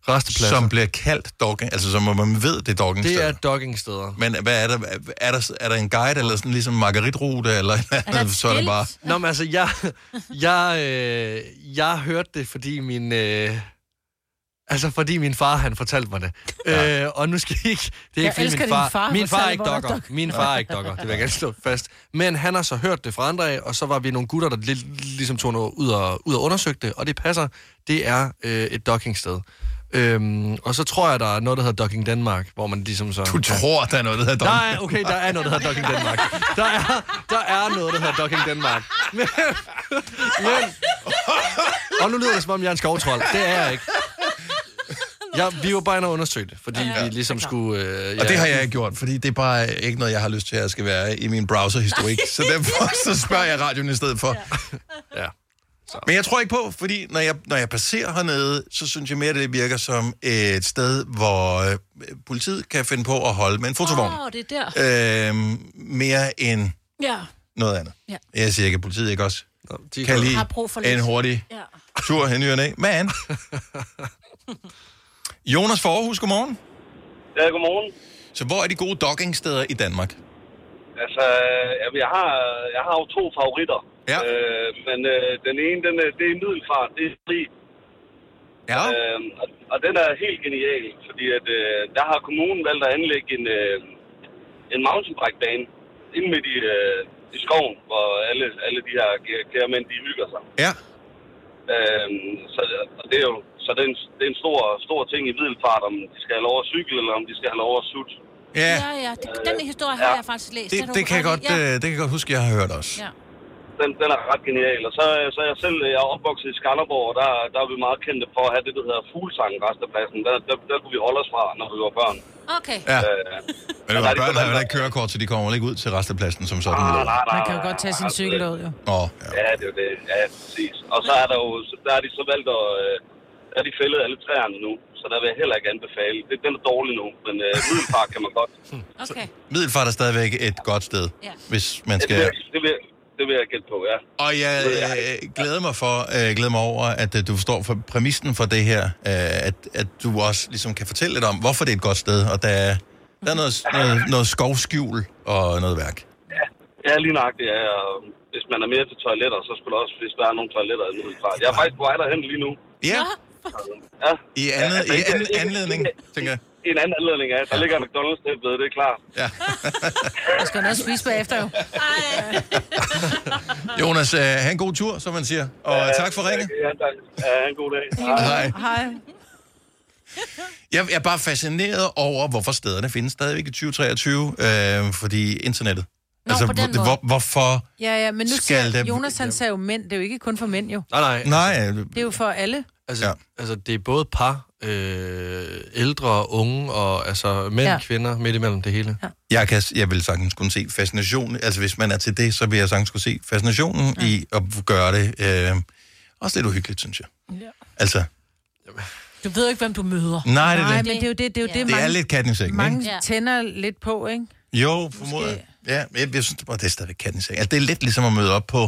[SPEAKER 3] Restepladser.
[SPEAKER 1] Som bliver kaldt dogging, altså som om man ved, det er doggingsteder.
[SPEAKER 3] Det er doggingsteder.
[SPEAKER 1] Men hvad er der, er der, er der en guide, eller sådan ligesom margaritrute, eller et eller andet, så er det bare...
[SPEAKER 3] Nå, men altså, jeg, jeg, øh, jeg hørte det, fordi min... Øh, altså, fordi min far, han fortalte mig det. Ja. Øh, og nu skal I ikke... Det er
[SPEAKER 4] Jeg
[SPEAKER 3] ikke, fordi
[SPEAKER 4] elsker
[SPEAKER 3] min
[SPEAKER 4] din
[SPEAKER 3] far,
[SPEAKER 4] far
[SPEAKER 3] min far er
[SPEAKER 4] fortalte,
[SPEAKER 3] ikke
[SPEAKER 4] hvor der er
[SPEAKER 3] dokker.
[SPEAKER 4] dok.
[SPEAKER 3] Min far er ikke dokker, det vil jeg gerne slå fast. Men han har så hørt det fra andre af, og så var vi nogle gutter, der li- ligesom tog noget ud og, ud og undersøgte det, og det passer. Det er øh, et dockingsted. Øhm, og så tror jeg, der er noget, der hedder Docking Danmark, hvor man ligesom så...
[SPEAKER 1] Du tror, der er noget, der hedder Docking
[SPEAKER 3] Nej, okay, der er noget, der hedder Docking Danmark. Der er, der er noget, der hedder Docking Danmark. Men, men, og nu lyder det, som om jeg er en skovtrold. Det er jeg ikke. Jeg, vi var bare inde og undersøge det, fordi ja, vi ligesom skulle... Øh,
[SPEAKER 1] Og det har jeg ikke gjort, fordi det er bare ikke noget, jeg har lyst til, at jeg skal være i min browserhistorik. Så derfor så spørger jeg radioen i stedet for.
[SPEAKER 3] Ja.
[SPEAKER 1] Men jeg tror ikke på, fordi når jeg, når jeg passerer hernede, så synes jeg mere, det virker som et sted, hvor øh, politiet kan finde på at holde med en fotovogn.
[SPEAKER 5] Åh, det er der.
[SPEAKER 1] Øh, mere end
[SPEAKER 5] Ja.
[SPEAKER 1] noget andet.
[SPEAKER 5] Ja.
[SPEAKER 1] Jeg siger ikke, at politiet ikke også
[SPEAKER 3] de
[SPEAKER 1] kan
[SPEAKER 5] kan-
[SPEAKER 1] lide
[SPEAKER 5] Har brug for lidt.
[SPEAKER 1] en hurtig
[SPEAKER 5] Ja.
[SPEAKER 1] tur hen i ny og næ.
[SPEAKER 24] [laughs]
[SPEAKER 1] Men... Jonas Forhus, godmorgen.
[SPEAKER 24] Ja, godmorgen.
[SPEAKER 1] Så hvor er de gode doggingsteder i Danmark?
[SPEAKER 24] Altså, øh, jamen, jeg har, jeg har jo to favoritter.
[SPEAKER 1] Ja.
[SPEAKER 24] Øh, men øh, den ene, den, er- det er middelfart, det er fri.
[SPEAKER 1] Ja.
[SPEAKER 24] Øh, og, og den er helt genial, fordi at, øh, der har kommunen valgt at anlægge en, øh, en mountainbike-bane inde midt i, øh, i skoven, hvor alle, alle de her kæ- kære mænd, de hygger sig.
[SPEAKER 1] Ja.
[SPEAKER 24] Øh, så og det er jo så det er en, det er en stor, stor ting i middelfart, om de skal have lov at cykle, eller om de skal have lov at sutte.
[SPEAKER 1] Ja,
[SPEAKER 5] Ja, ja. Det- Den historie har
[SPEAKER 24] Ja.
[SPEAKER 5] jeg faktisk læst. Den
[SPEAKER 1] det,
[SPEAKER 5] er
[SPEAKER 1] det, kan jeg godt,
[SPEAKER 5] urettelig.
[SPEAKER 1] øh, det kan jeg godt huske, jeg har hørt også.
[SPEAKER 5] Ja.
[SPEAKER 24] den, den er ret genial. Og så, så er jeg selv jeg er opvokset i Skanderborg, og der, der er vi meget kendte for at have det, der hedder fuglsang restepladsen. Der, der, der kunne vi holde os fra, når vi var børn.
[SPEAKER 5] Okay.
[SPEAKER 1] Ja.
[SPEAKER 24] Øh,
[SPEAKER 1] Men det var, børn har jo ikke kørekort, så de kommer vel ikke ud til restepladsen som sådan. Ah,
[SPEAKER 24] nej,
[SPEAKER 2] Man kan jo godt tage sin cykel ud, jo.
[SPEAKER 1] Åh,
[SPEAKER 24] ja, det er jo det. Ja, præcis. Og så er der jo, så der er de så valgt at... øh, Der er de fældet alle træerne nu, så der vil jeg heller ikke anbefale. Det, den er dårlig nu, men øh, middelfart kan man godt.
[SPEAKER 5] Okay.
[SPEAKER 1] Middelfart er stadigvæk et godt sted,
[SPEAKER 5] Ja.
[SPEAKER 1] hvis man
[SPEAKER 24] Det,
[SPEAKER 1] skal...
[SPEAKER 24] vil- det, vil, det vil jeg gætte på, ja.
[SPEAKER 1] Og jeg øh, glæder mig for, øh, glæder mig over, at øh, du forstår for præmissen for det her, øh, at, at du også ligesom kan fortælle lidt om, hvorfor det er et godt sted, og der, er- der er noget, noget, noget skovskjul og noget værk.
[SPEAKER 24] Ja, lige nøjagtigt. Ja. Og Hvis man er mere til toiletter, så skulle der også, hvis der er nogle toiletter i middelfart. Jeg er faktisk på vej derhen lige nu. Ja.
[SPEAKER 1] Ja.
[SPEAKER 24] altså,
[SPEAKER 2] [laughs]
[SPEAKER 1] I andet, i anden anledning, tænker jeg.
[SPEAKER 24] i en anden anledning af. Der ligger en McDonald's der ved, det er klart.
[SPEAKER 1] Ja.
[SPEAKER 2] Jeg skal noget at spise bagefter jo.
[SPEAKER 1] [laughs] Jonas, øh, have en god tur, som man siger. Og ja, tak for ringet.
[SPEAKER 24] Ja, tak. Ja, en god dag.
[SPEAKER 1] Hej.
[SPEAKER 2] Hej.
[SPEAKER 1] Jeg, jeg er bare fascineret over, hvorfor stederne findes stadigvæk i 2023, øh, fordi internettet. Altså,
[SPEAKER 2] Nå, på den
[SPEAKER 1] hvor,
[SPEAKER 2] måde.
[SPEAKER 1] hvor- hvorfor...
[SPEAKER 2] Ja, ja, men nu
[SPEAKER 1] Skal
[SPEAKER 2] siger
[SPEAKER 1] der-
[SPEAKER 2] Jonas, han sagde jo mænd. Det er jo ikke kun for mænd jo.
[SPEAKER 3] Nej,
[SPEAKER 1] nej. Nej,
[SPEAKER 2] Det er jo for alle.
[SPEAKER 3] altså, ja. altså det er både par, øh, ældre, unge, og altså mænd,
[SPEAKER 2] Ja.
[SPEAKER 3] ja. kvinder, midt imellem det hele. Ja.
[SPEAKER 1] Jeg, kan, jeg vil sagtens kunne se fascinationen. Altså, hvis man er til det, så vil jeg sagtens kunne se fascinationen ja. i at gøre det. Øh, også lidt uhyggeligt, synes jeg.
[SPEAKER 2] Ja.
[SPEAKER 1] Altså,
[SPEAKER 2] Du ved jo ikke, hvem du møder.
[SPEAKER 1] Nej, det er
[SPEAKER 2] Nej
[SPEAKER 1] det.
[SPEAKER 2] men det er jo det, det, er jo det,
[SPEAKER 1] det
[SPEAKER 2] mange,
[SPEAKER 1] er lidt katten i sækken, ikke?
[SPEAKER 2] mange tænder lidt på, ikke?
[SPEAKER 1] Jo, formoder jeg. Ja, men jeg, jeg synes bare, det er stadigvæk katten i sækken. Altså, det er lidt ligesom at møde op på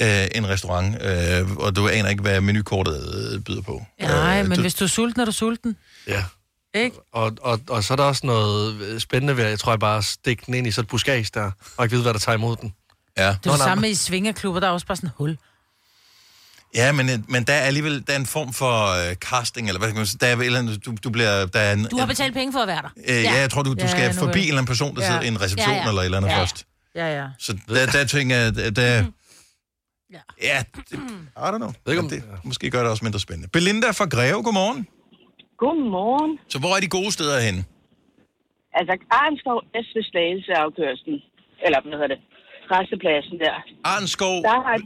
[SPEAKER 1] øh, en restaurant, øh, og du aner ikke, hvad menukortet øh, byder på.
[SPEAKER 2] Nej, men
[SPEAKER 1] du-
[SPEAKER 2] hvis du er sulten, er du sulten.
[SPEAKER 3] Ja.
[SPEAKER 2] Ikke?
[SPEAKER 3] Og, og, og så er der også noget øh, spændende ved, at jeg tror, jeg bare stikker den ind i sådan et buskage der, og ikke vide, hvad der tager imod den.
[SPEAKER 1] Ja.
[SPEAKER 2] Det er jo det samme i svingerklubber, der er også bare sådan et hul.
[SPEAKER 1] Ja, men, øh, men der er alligevel der er en form for øh, casting, eller hvad kan man sige, der er, vel et eller andet, du, du bliver, der er en,
[SPEAKER 5] Du har betalt penge for at være der.
[SPEAKER 1] Øh, ja. jeg tror, du, du
[SPEAKER 5] Ja,
[SPEAKER 1] skal
[SPEAKER 5] ja, nu
[SPEAKER 1] forbi
[SPEAKER 5] vel.
[SPEAKER 1] en eller anden person, der
[SPEAKER 5] Ja.
[SPEAKER 1] sidder i en reception
[SPEAKER 5] Ja, ja.
[SPEAKER 1] eller et eller andet
[SPEAKER 5] Ja, ja.
[SPEAKER 1] først.
[SPEAKER 2] Ja, ja.
[SPEAKER 1] Så der, der tænker jeg, at der... Ja, det, I don't know. Jeg ved ikke, om det, måske gør det også mindre spændende. Belinda fra Greve, godmorgen.
[SPEAKER 11] Godmorgen.
[SPEAKER 1] Så hvor er de gode steder henne?
[SPEAKER 11] Altså, Arnskov S ved Slagelse afkørslen. Eller, hvad hedder det? Restepladsen der.
[SPEAKER 1] Arnskov?
[SPEAKER 11] Der har...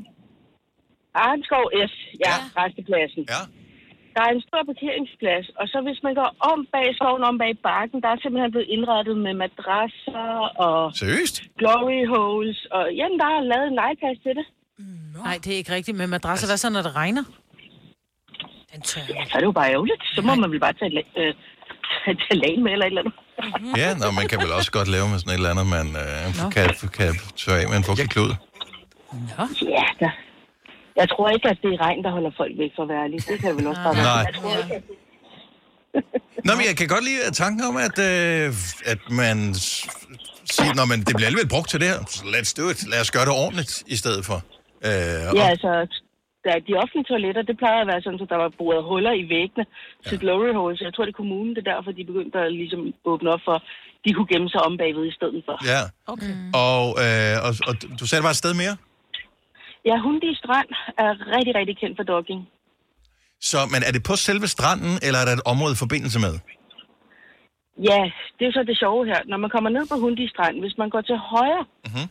[SPEAKER 11] Arnskov S, ja, ja. restepladsen.
[SPEAKER 1] Ja.
[SPEAKER 11] Der er en stor parkeringsplads, og så hvis man går om bag skoven, om bag bakken, der er simpelthen blevet indrettet med madrasser og...
[SPEAKER 1] Seriøst?
[SPEAKER 11] Glory holes, og jamen, der er lavet en legeplads til det.
[SPEAKER 2] Nej, det er ikke rigtigt. Men madrasser, hvad så, når det regner? Den tør.
[SPEAKER 11] Ja, så er det jo bare ærgerligt. Så må man vel bare tage, la- øh, tage lagen med eller et eller andet.
[SPEAKER 1] Ja, nå, man kan vel også godt lave med sådan et eller andet, man øh, kan, kan tørre af med en fugtig klud.
[SPEAKER 11] Ja, der. Jeg tror ikke, at det er regn, der holder folk væk fra værlig. Det kan jeg vel også bare
[SPEAKER 1] Nej.
[SPEAKER 11] være.
[SPEAKER 1] Nej.
[SPEAKER 11] Jeg tror ikke, at
[SPEAKER 1] Nå, men jeg kan godt lide tanken om, at, øh, at man s- siger, når man, det bliver alligevel brugt til det her. Så Let's do it. Lad os gøre det ordentligt i stedet for. Øh, og-
[SPEAKER 11] Ja, altså, der, de offentlige toiletter, det plejer at være sådan, at der var boret huller i væggene til glory holes. Jeg tror, det er kommunen, det er derfor, de begyndte at ligesom åbne op for, de kunne gemme sig om bagved i stedet for.
[SPEAKER 1] Ja.
[SPEAKER 11] Okay.
[SPEAKER 1] Og, øh, og, og du sagde, der var et sted mere?
[SPEAKER 11] Ja, Hundi Strand er rigtig, rigtig kendt for dogging.
[SPEAKER 1] Så, men er det på selve stranden, eller er der et område i forbindelse med?
[SPEAKER 11] Ja, det er så det sjove her. Når man kommer ned på Hundi Strand, hvis man går til højre,
[SPEAKER 1] Mhm.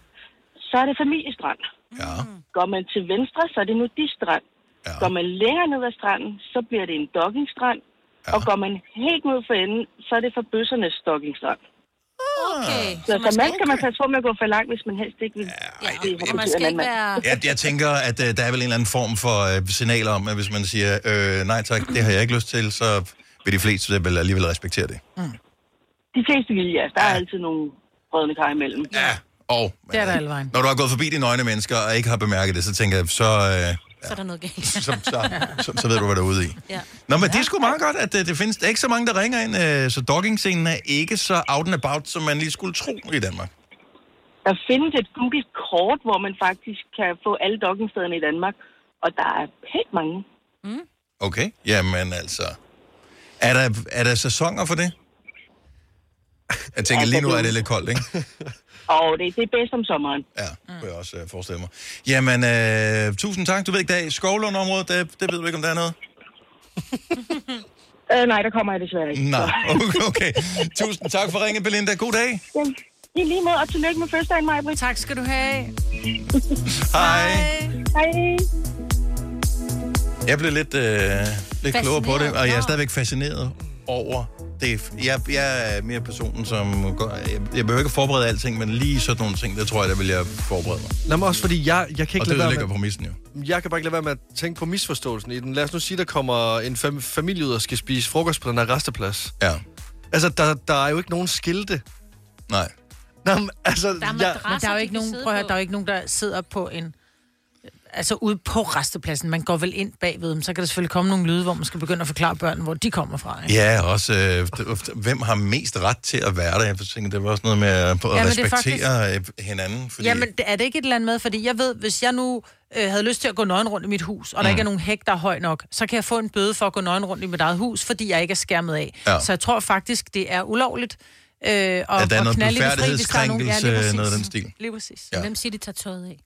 [SPEAKER 11] så er det familiestrand.
[SPEAKER 1] Ja.
[SPEAKER 11] Mm. Går man til venstre, så er det nudistrand.
[SPEAKER 1] Ja.
[SPEAKER 11] Går man længere ned ad stranden, så bliver det en doggingstrand. Ja. Og går man helt ud for enden, så er det for bøssernes doggingstrand.
[SPEAKER 5] Okay.
[SPEAKER 11] Så, så man skal man passe på med at gå for langt, hvis man helst ikke vil. Ja,
[SPEAKER 5] og man skal ikke være-
[SPEAKER 1] Jeg, jeg tænker, at øh, der er vel en eller anden form for øh, signal om, at hvis man siger, øh, nej tak, det har jeg ikke lyst til, så vil de fleste vel alligevel respektere det.
[SPEAKER 11] De fleste vil, ja. Der er altid nogle rødne kar imellem.
[SPEAKER 1] Ja. Og
[SPEAKER 2] Det er der alle vejen.
[SPEAKER 1] når du har gået forbi de nøgne mennesker og ikke har bemærket det, så tænker jeg, så, øh,
[SPEAKER 5] Så er der noget
[SPEAKER 1] [laughs]
[SPEAKER 5] galt.
[SPEAKER 1] så, så, så, så ved du, hvad der er ude i.
[SPEAKER 5] Ja.
[SPEAKER 1] Nå, men det er sgu meget godt, at øh, det findes. Der er ikke så mange, der ringer ind, øh, så dogging-scenen er ikke så out and about, som man lige skulle tro i Danmark.
[SPEAKER 11] Der findes et Google-kort, hvor man faktisk kan få alle doggingstederne i Danmark. Og der er pænt mange.
[SPEAKER 1] Okay, jamen altså. Er der, er der sæsoner for det? Jeg tænker, lige nu er det lidt koldt, ikke?
[SPEAKER 11] Og det, det er bedst om sommeren.
[SPEAKER 1] Ja, kunne jeg også øh, forestille mig. Jamen, øh, tusind tak. Du ved ikke, der er i Skovlund-området, der, det ved du ikke, om der er noget?
[SPEAKER 11] Øh, nej, der kommer jeg desværre ikke.
[SPEAKER 1] Nej, okay. [laughs] okay. Tusind tak for ringen, Belinda. God dag.
[SPEAKER 11] Ja, I lige måde, og tillykke med fødselsdagen, Maja.
[SPEAKER 2] Tak skal du have.
[SPEAKER 1] Hej.
[SPEAKER 11] Hej.
[SPEAKER 1] Jeg blev lidt, øh, lidt klogere på det,
[SPEAKER 2] Fascineret.
[SPEAKER 1] og jeg er stadigvæk fascineret over det. Jeg, jeg er mere personen, som... Går, jeg, jeg behøver ikke at forberede alting, men lige sådan nogle ting, der tror jeg, der vil jeg forberede mig.
[SPEAKER 3] Nå, men også fordi jeg, jeg kan
[SPEAKER 1] Og
[SPEAKER 3] ikke
[SPEAKER 1] det
[SPEAKER 3] lade være
[SPEAKER 1] ødelægger
[SPEAKER 3] med,
[SPEAKER 1] præmissen jo.
[SPEAKER 3] jeg kan bare ikke lade være med at tænke på misforståelsen i den. Lad os nu sige, der kommer en fam- familie ud og skal spise frokost på den her resteplads.
[SPEAKER 1] Ja.
[SPEAKER 3] [laughs] Altså, der, der er jo ikke nogen skilte.
[SPEAKER 1] Nej.
[SPEAKER 3] Nå, men, altså,
[SPEAKER 2] Der er
[SPEAKER 3] jeg,
[SPEAKER 2] madrasser, men der er jo ikke nogen, prøv at høre, der er jo ikke nogen, der sidder på en altså ude på restepladsen. Man går vel ind bagved dem, så kan der selvfølgelig komme nogle lyde, hvor man skal begynde at forklare børnene, hvor de kommer fra. Ikke?
[SPEAKER 1] Ja, også, øh, d- hvem har mest ret til at være der? Jeg tænker, det var også noget med at, på- at
[SPEAKER 2] Ja,
[SPEAKER 1] ja,
[SPEAKER 2] men det er
[SPEAKER 1] respektere faktisk... hinanden. Fordi...
[SPEAKER 2] Fordi... Jamen, er det ikke et eller andet med, fordi jeg ved, hvis jeg nu øh, havde lyst til at gå nøgen rundt i mit hus, og mm. der
[SPEAKER 1] Mm.
[SPEAKER 2] ikke er nogen hæk, der er høj nok, så kan jeg få en bøde for at gå nøgen rundt i mit eget hus, fordi jeg ikke er skærmet af.
[SPEAKER 1] Ja.
[SPEAKER 2] Ja. Så jeg tror faktisk, det er ulovligt. Øh, og, ja,
[SPEAKER 1] der er noget
[SPEAKER 2] knalde i det fri, hvis der er nogen- ja, lige
[SPEAKER 1] blufærdighedskrænkelse,
[SPEAKER 2] præcis.
[SPEAKER 1] noget af den stil.
[SPEAKER 2] Lige præcis.
[SPEAKER 1] Ja.
[SPEAKER 5] Hvem siger, de tager tøjet af?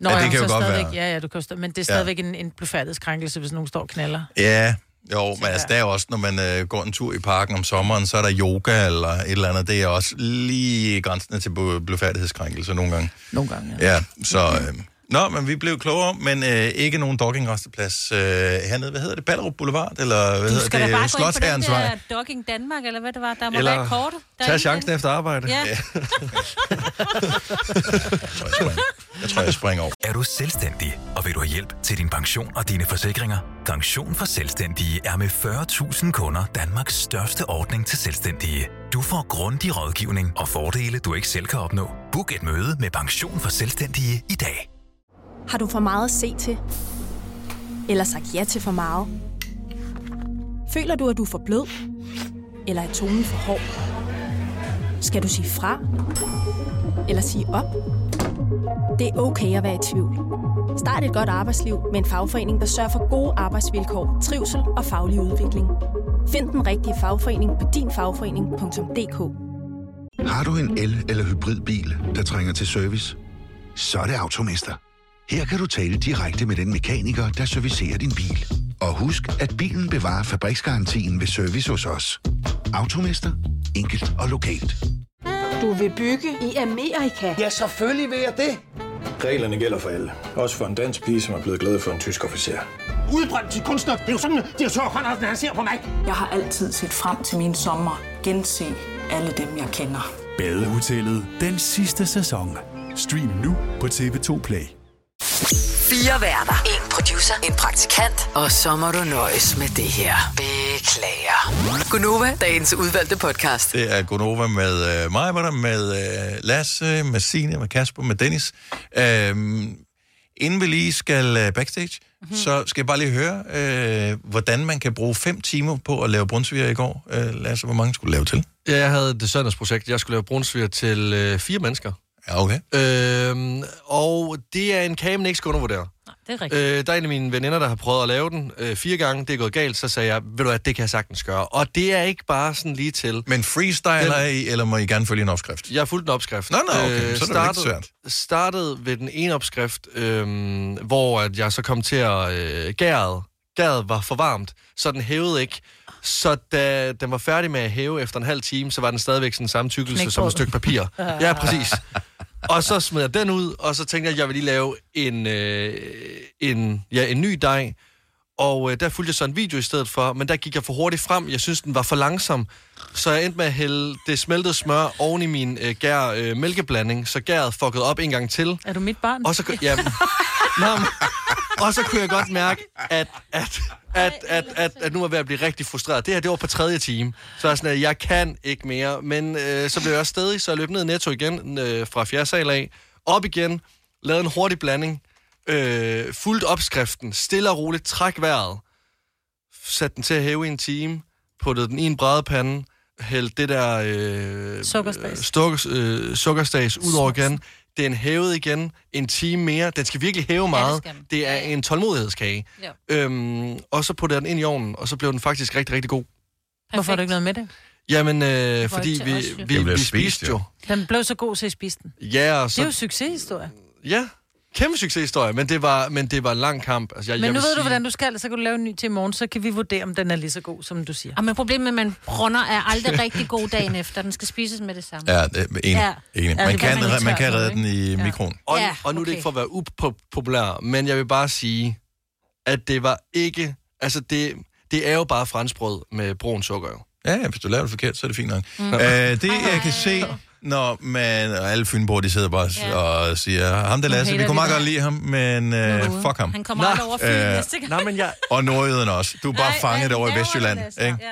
[SPEAKER 2] Nå,
[SPEAKER 1] Ja,
[SPEAKER 2] ja,
[SPEAKER 1] det
[SPEAKER 2] det kan
[SPEAKER 1] kan jo godt
[SPEAKER 2] stadigvæk,
[SPEAKER 1] være.
[SPEAKER 2] Ja, ja, du kan jo sta- men det er
[SPEAKER 1] Ja.
[SPEAKER 2] stadigvæk en, en blufærdighedskrænkelse, hvis nogen står og knaller.
[SPEAKER 1] Ja, jo, men altså, der er jo også, når man øh, går en tur i parken om sommeren, så er der yoga eller et eller andet. Det er også lige grænsende til bu- blufærdighedskrænkelse nogle gange.
[SPEAKER 2] Nogle gange,
[SPEAKER 1] ja. Ja, så... Øh, Nå, men vi blev klogere, men øh, ikke nogen doggingresteplads øh, hernede. Hvad hedder det? Ballerup Boulevard? Eller hvad
[SPEAKER 5] Du skal da
[SPEAKER 1] hedder
[SPEAKER 5] bare
[SPEAKER 1] det?
[SPEAKER 5] gå ind på den
[SPEAKER 1] Slotsherrens vej?
[SPEAKER 5] der Dogging Danmark, eller hvad det var, der må
[SPEAKER 1] Eller
[SPEAKER 5] være kortet. Der
[SPEAKER 1] tag
[SPEAKER 5] er
[SPEAKER 1] chancen
[SPEAKER 5] ingen-
[SPEAKER 1] efter arbejde.
[SPEAKER 5] Ja.
[SPEAKER 1] Ja. Jeg tror, jeg springer over.
[SPEAKER 18] Er du selvstændig, og vil du have hjælp til din pension og dine forsikringer? Pension for Selvstændige er med 40.000 kunder Danmarks største ordning til selvstændige. Du får grundig rådgivning og fordele, du ikke selv kan opnå. Book et møde med Pension for Selvstændige i dag.
[SPEAKER 19] Har du for meget at se til? Eller sagt ja til for meget? Føler du, at du er for blød? Eller er tonen for hård? Skal du sige fra? Eller sige op? Det er okay at være i tvivl. Start et godt arbejdsliv med en fagforening, der sørger for gode arbejdsvilkår, trivsel og faglig udvikling. Find den rigtige fagforening på dinfagforening.dk.
[SPEAKER 20] Har du en el- eller hybridbil, der trænger til service? Så er det Automester. Her kan du tale direkte med den mekaniker, der servicerer din bil. Og husk, at bilen bevarer fabriksgarantien ved service hos os. Automester. Enkelt og lokalt.
[SPEAKER 4] Du vil bygge i Amerika? Ja, selvfølgelig vil jeg det.
[SPEAKER 22] Reglerne gælder for alle. Også for en dansk pige, som er blevet glad for en tysk officer.
[SPEAKER 21] Udbrændt til kunstner. Det er jo sådan, at de har tørt, han ser på mig. Jeg har altid set frem til min sommer. Gense alle dem, jeg kender.
[SPEAKER 23] Badehotellet den sidste sæson. Stream nu på TV2 Play.
[SPEAKER 6] Fire værter. En producer. En praktikant. Og så må du nøjes med det her. Beklager. Gunova, dagens udvalgte podcast.
[SPEAKER 1] Det er Gonova med øh, mig, med, med øh, Lasse, med Signe, med Kasper, med Dennis. Øhm, inden vi lige skal øh, backstage,
[SPEAKER 6] Mhm.
[SPEAKER 1] mm-hmm. så skal jeg bare lige høre, øh, hvordan man kan bruge fem timer på at lave brunsviger i går. Øh, Lasse, hvor mange skulle du lave til?
[SPEAKER 3] Ja, jeg havde det søndagsprojekt. Jeg skulle lave brunsviger til øh, fire mennesker.
[SPEAKER 1] Ja, okay.
[SPEAKER 3] Øhm, og det er en kage, man ikke skal undervurdere.
[SPEAKER 5] Det er rigtigt.
[SPEAKER 3] Øh, der er en af mine veninder, der har prøvet at lave den øh, fire gange. Det er gået galt, så sagde jeg, ved du hvad, det kan jeg sagtens gøre. Og det er ikke bare sådan lige til.
[SPEAKER 1] Men freestyler I, eller må I gerne følge en opskrift?
[SPEAKER 3] Jeg har fulgt en opskrift. Øh,
[SPEAKER 1] Nå, nå, okay. Så er det vel ikke svært.
[SPEAKER 3] startede ved den ene opskrift, øhm, hvor at jeg så kom til at øh, gæret. Gæret var for varmt, så den hævede ikke. Så da den var færdig med at hæve efter en halv time, så var den stadigvæk sådan samme tykkelse som et stykke papir. Ja, præcis. Og så smed jeg den ud, og så tænkte jeg, at jeg vil lige lave en, øh, en, ja, en ny dej. Og øh, der fulgte jeg så en video i stedet for, men der gik jeg for hurtigt frem. Jeg synes, den var for langsom. Så jeg endte med at hælde det smeltede smør oven i min øh, gær øh, mælkeblanding, så gæret fuckede op en gang til.
[SPEAKER 2] Er du mit barn?
[SPEAKER 3] Og så, ku-
[SPEAKER 2] [laughs]
[SPEAKER 3] ja, nå, men- og så kunne jeg godt mærke, at, at, at, at, at, at nu var jeg ved at blive rigtig frustreret. Det her, det var på tredje time. Så jeg var sådan, at jeg kan ikke mere. Men øh, så blev jeg også stedig, så jeg løb ned i Netto igen øh, fra fjerde sal af. Op igen, lavede en hurtig blanding, øh, fuldt opskriften, stille og roligt, træk vejret. Sat den til at hæve i en time, puttede den i en brædepande, hældte det der øh,
[SPEAKER 2] Sukkerspas.
[SPEAKER 3] øh, stuk, øh, sukkerstas ud over igen. Den hævede igen en time mere. Den skal virkelig hæve
[SPEAKER 25] det
[SPEAKER 3] meget.
[SPEAKER 25] skal den.
[SPEAKER 3] Det er en tålmodighedskage.
[SPEAKER 5] Jo.
[SPEAKER 3] Øhm, og så puttede jeg den ind i ovnen, og så blev den faktisk rigtig, rigtig god.
[SPEAKER 2] Hvorfor har du ikke noget med det?
[SPEAKER 3] Jamen,
[SPEAKER 2] ikke
[SPEAKER 3] øh, fordi
[SPEAKER 2] til
[SPEAKER 3] vi,
[SPEAKER 2] os, jo.
[SPEAKER 3] vi,
[SPEAKER 2] Den
[SPEAKER 3] vi,
[SPEAKER 2] blev
[SPEAKER 3] vi
[SPEAKER 2] spist,
[SPEAKER 3] spiste jo.
[SPEAKER 2] Den blev så god til at spise den.
[SPEAKER 3] Ja, og
[SPEAKER 2] Så... Det er jo
[SPEAKER 3] så...
[SPEAKER 2] succeshistorie.
[SPEAKER 3] Ja, kæmpe succeshistorie, men det var, men det var en lang kamp. Altså, jeg,
[SPEAKER 2] Men
[SPEAKER 3] jeg
[SPEAKER 2] nu
[SPEAKER 3] vil
[SPEAKER 2] ved du,
[SPEAKER 3] sige-
[SPEAKER 2] hvordan du skal, så kan du lave en ny til i morgen, så kan vi vurdere, om den er lige så god, som du siger.
[SPEAKER 5] Og Ah, men problemet med, at man brunner, er aldrig rigtig god dagen [laughs] efter. Den skal spises med det samme.
[SPEAKER 1] Ja, det, enig.
[SPEAKER 5] Ja.
[SPEAKER 1] Ja.
[SPEAKER 5] Ja,
[SPEAKER 1] enig.
[SPEAKER 5] det
[SPEAKER 1] Man,
[SPEAKER 5] er
[SPEAKER 1] kan,
[SPEAKER 5] bare, man er
[SPEAKER 1] man
[SPEAKER 5] tør
[SPEAKER 1] kan
[SPEAKER 5] for
[SPEAKER 1] redde
[SPEAKER 5] det,
[SPEAKER 1] den i
[SPEAKER 5] ikke? Ja.
[SPEAKER 1] mikroen.
[SPEAKER 3] Og,
[SPEAKER 5] Ja,
[SPEAKER 3] og nu er det
[SPEAKER 5] okay.
[SPEAKER 3] ikke for at være upopulær, men jeg vil bare sige, at det var ikke... Altså, det, det er jo bare franskbrød med brun sukker, jo.
[SPEAKER 1] Ja, ja, hvis du laver det forkert, så er det fint nok.
[SPEAKER 3] Mm.
[SPEAKER 1] Mm. Øh, det, jeg kan se, når man... Og alle fynboer, de sidder bare ja. og siger, ham der
[SPEAKER 3] Nu
[SPEAKER 1] Lasse, vi
[SPEAKER 3] hater vi
[SPEAKER 1] kunne meget
[SPEAKER 3] dig."
[SPEAKER 1] godt lide ham, men øh, fuck ham.
[SPEAKER 5] Han kommer aldrig over Fyn
[SPEAKER 1] Øh,
[SPEAKER 5] næste gang.
[SPEAKER 3] Nej, men
[SPEAKER 1] [laughs]
[SPEAKER 3] jeg...
[SPEAKER 1] Og nordjyderne også. Du er bare
[SPEAKER 5] Nej,
[SPEAKER 1] fanget
[SPEAKER 5] hvad
[SPEAKER 1] over i
[SPEAKER 5] laver
[SPEAKER 1] Vestjylland.
[SPEAKER 5] Lasse?
[SPEAKER 1] Ikke?
[SPEAKER 5] Ja.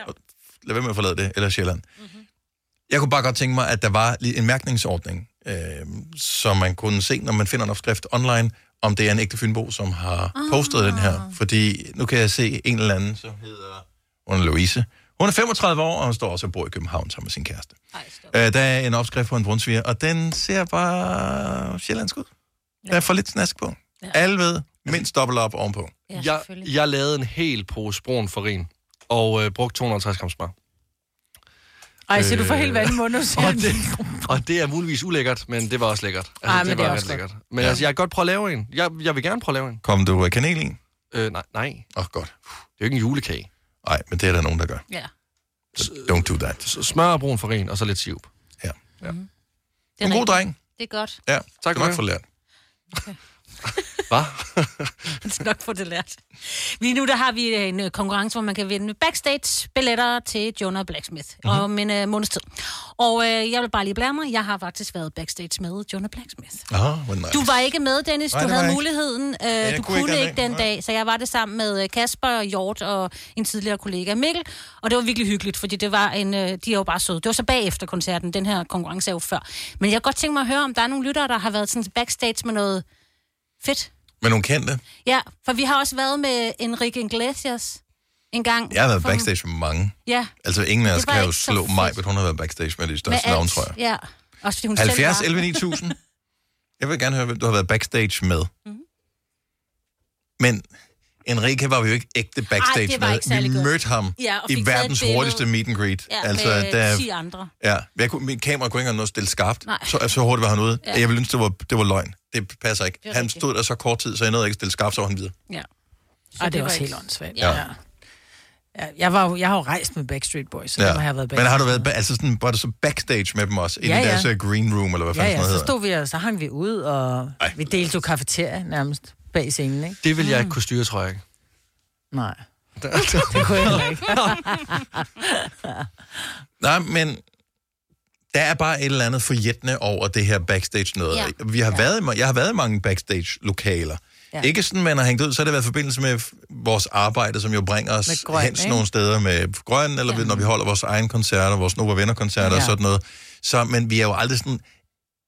[SPEAKER 1] Lad være med at forlade det, eller Sjælland. Mm-hmm. Jeg kunne bare godt tænke mig, at der var lige en mærkningsordning, øh, som man kunne se, når man finder en opskrift online, om det er en ægte Fynbo, som har postet den her. Fordi nu kan jeg se en eller anden, som hedder... Hun er Louise. Hun er 35 år, og hun står også og bor i København sammen med sin kæreste. Ej, der er en opskrift på en brunsviger, og den ser bare sjællandsk ud. Der er for lidt snask på. Ja. Alle ved, mindst dobbelt op ovenpå.
[SPEAKER 3] jeg, jeg lavede en hel pose brun for rin, og øh, brugte 250 gram smør.
[SPEAKER 2] Ej, så du får
[SPEAKER 3] Øh,
[SPEAKER 2] helt vand i munden, og siger
[SPEAKER 3] og det, og det er muligvis ulækkert, men det var også lækkert.
[SPEAKER 2] Ej, men det er
[SPEAKER 3] var
[SPEAKER 2] også
[SPEAKER 3] ret
[SPEAKER 2] godt.
[SPEAKER 3] Men
[SPEAKER 1] Ja.
[SPEAKER 3] altså, jeg kan godt prøve at lave en. Jeg, jeg vil gerne prøve at lave en.
[SPEAKER 1] Kom du af kanel i?
[SPEAKER 3] Øh, nej, nej.
[SPEAKER 1] Åh, oh, godt.
[SPEAKER 3] Det er jo ikke en julekage.
[SPEAKER 1] Nej, men det er der nogen, der gør.
[SPEAKER 5] Ja.
[SPEAKER 1] Så Don't do that.
[SPEAKER 3] Så smør og brun farin, og så lidt sirup.
[SPEAKER 1] Ja.
[SPEAKER 3] ja. Mm.
[SPEAKER 5] Det er
[SPEAKER 1] god
[SPEAKER 5] rigtigt.
[SPEAKER 1] dreng.
[SPEAKER 5] Det er godt.
[SPEAKER 1] Ja, tak
[SPEAKER 3] for
[SPEAKER 1] for
[SPEAKER 3] det.
[SPEAKER 1] for lært.
[SPEAKER 3] Hvad?
[SPEAKER 5] [laughs] Man skal nok få det lært. Lige nu der har vi en øh, konkurrence, hvor man kan vinde backstage-billetter til Jonah Blacksmith
[SPEAKER 1] Mhm.
[SPEAKER 5] mm-hmm. om en øh, måneds tid. Og øh, jeg vil bare lige blære mig, jeg har faktisk været backstage med Jonah Blacksmith.
[SPEAKER 1] Ah, hvor nice.
[SPEAKER 5] Du var ikke med, Dennis.
[SPEAKER 1] Nej,
[SPEAKER 5] du
[SPEAKER 1] det var
[SPEAKER 5] havde
[SPEAKER 1] jeg ikke.
[SPEAKER 5] muligheden. Øh,
[SPEAKER 1] jeg
[SPEAKER 5] du
[SPEAKER 1] kunne
[SPEAKER 5] kunne
[SPEAKER 1] ikke
[SPEAKER 5] ikke,
[SPEAKER 1] den
[SPEAKER 5] ikke den dag, så jeg var det sammen med øh, Kasper, Hjort og en tidligere kollega Mikkel. Og det var virkelig hyggeligt, fordi det var en, øh, de er jo bare søde. Det var så bagefter koncerten, den her konkurrence er jo før. Men jeg kunne godt tænke mig at høre, om der er nogle lyttere, der har været sådan backstage med noget fedt.
[SPEAKER 1] Men hun kendte.
[SPEAKER 5] Ja, for vi har også været med Enrique Iglesias en gang.
[SPEAKER 1] Jeg har været
[SPEAKER 5] For-
[SPEAKER 1] backstage med mange.
[SPEAKER 5] Ja.
[SPEAKER 1] Altså, ingen af
[SPEAKER 5] Det
[SPEAKER 1] os
[SPEAKER 5] var
[SPEAKER 1] kan jo
[SPEAKER 5] ikke så
[SPEAKER 1] slå
[SPEAKER 5] fedt.
[SPEAKER 1] mig, men hun har været backstage med det største
[SPEAKER 5] Med
[SPEAKER 1] navn,
[SPEAKER 5] alt.
[SPEAKER 1] tror jeg.
[SPEAKER 5] Ja. Også fordi hun
[SPEAKER 1] 70
[SPEAKER 5] selv
[SPEAKER 1] 11
[SPEAKER 5] var.
[SPEAKER 1] 9000. Jeg vil gerne høre, hvem du har været backstage med.
[SPEAKER 5] Mhm.
[SPEAKER 1] Men Enrique var vi jo ikke ægte backstage
[SPEAKER 5] Ej, det var ikke
[SPEAKER 1] med.
[SPEAKER 5] særlig
[SPEAKER 1] Vi
[SPEAKER 5] godt.
[SPEAKER 1] mødte ham
[SPEAKER 5] Ja, og fik
[SPEAKER 1] i
[SPEAKER 5] taget et
[SPEAKER 1] verdens
[SPEAKER 5] billede.
[SPEAKER 1] hurtigste meet and greet.
[SPEAKER 5] Ja, altså, med der... 10 andre.
[SPEAKER 1] Ja, jeg kunne, min kamera kunne ikke engang nå at stille skarpt,
[SPEAKER 5] Nej.
[SPEAKER 1] så, så hurtigt var han ude.
[SPEAKER 5] Ja.
[SPEAKER 1] Ja. Jeg ville ønske, det var, det var løgn. Det passer ikke.
[SPEAKER 5] Det er
[SPEAKER 1] han
[SPEAKER 5] rigtigt.
[SPEAKER 1] stod der så kort tid, så jeg nåede ikke at stille skarpt, så var han videre.
[SPEAKER 5] Ja.
[SPEAKER 2] Ej, det er
[SPEAKER 5] var
[SPEAKER 2] også
[SPEAKER 5] ikke-
[SPEAKER 2] helt åndssvagt.
[SPEAKER 1] Ja.
[SPEAKER 2] Ja. ja. Jeg, var jo, jeg har jo rejst med Backstreet Boys, så ja. der har jeg været
[SPEAKER 1] Men har du været, ba- altså sådan, var du så backstage med dem også? Inde
[SPEAKER 2] Ja,
[SPEAKER 1] i
[SPEAKER 2] ja.
[SPEAKER 1] deres øh, green room, eller hvad
[SPEAKER 2] Ja,
[SPEAKER 1] fanden
[SPEAKER 2] ja, så
[SPEAKER 1] sådan noget hedder?
[SPEAKER 2] stod vi og så hang vi ud, og Ej. vi delte jo kafeteria nærmest bag scenen, ikke?
[SPEAKER 3] Det vil jeg ikke kunne styre, tror jeg ikke.
[SPEAKER 2] Nej.
[SPEAKER 3] Det
[SPEAKER 1] [laughs]
[SPEAKER 2] kunne jeg heller ikke.
[SPEAKER 1] Nej, men der er bare et eller andet forjættende over det her backstage noget.
[SPEAKER 25] Ja.
[SPEAKER 1] Vi har ja. været, i ma- jeg har været i mange backstage lokaler.
[SPEAKER 25] Ja.
[SPEAKER 1] Ja. Ikke sådan, man har hængt ud, så har det været i forbindelse med f- vores arbejde, som jo bringer os
[SPEAKER 25] Med grøn,
[SPEAKER 1] hen til
[SPEAKER 25] ikke?
[SPEAKER 1] nogle steder med grøn, eller ja. når vi holder vores egen koncerter, vores Nova Venner-koncerter ja. og
[SPEAKER 2] Ja.
[SPEAKER 1] sådan noget. Så, men vi er jo aldrig sådan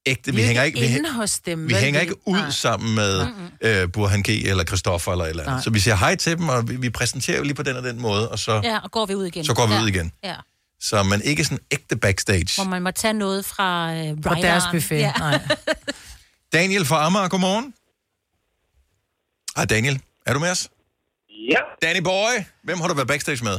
[SPEAKER 1] ægte.
[SPEAKER 2] Vi
[SPEAKER 1] Vi,
[SPEAKER 2] er
[SPEAKER 1] hænger
[SPEAKER 2] ikke
[SPEAKER 1] ikke, vi,
[SPEAKER 2] inde hos dem,
[SPEAKER 1] vi
[SPEAKER 2] vel?
[SPEAKER 1] hænger ikke ud Nej. sammen med øh, Burhan G. eller Christoffer eller et eller andet.
[SPEAKER 5] Nej.
[SPEAKER 1] Så vi siger hej til dem, og vi, vi præsenterer jo lige på den og den måde, og så, ja.
[SPEAKER 5] Ja, og går vi ud igen.
[SPEAKER 1] Så går vi
[SPEAKER 5] ja.
[SPEAKER 1] ud igen.
[SPEAKER 5] Ja.
[SPEAKER 1] så man ikke sådan ægte backstage.
[SPEAKER 5] Hvor man må tage noget fra øh,
[SPEAKER 2] Fra deres
[SPEAKER 5] rideren.
[SPEAKER 2] buffet.
[SPEAKER 5] Ja.
[SPEAKER 2] Ja. Nej.
[SPEAKER 1] Daniel fra Amager, godmorgen. Hej Daniel, er du med os?
[SPEAKER 25] Ja.
[SPEAKER 1] Danny Boy, hvem har du været backstage med?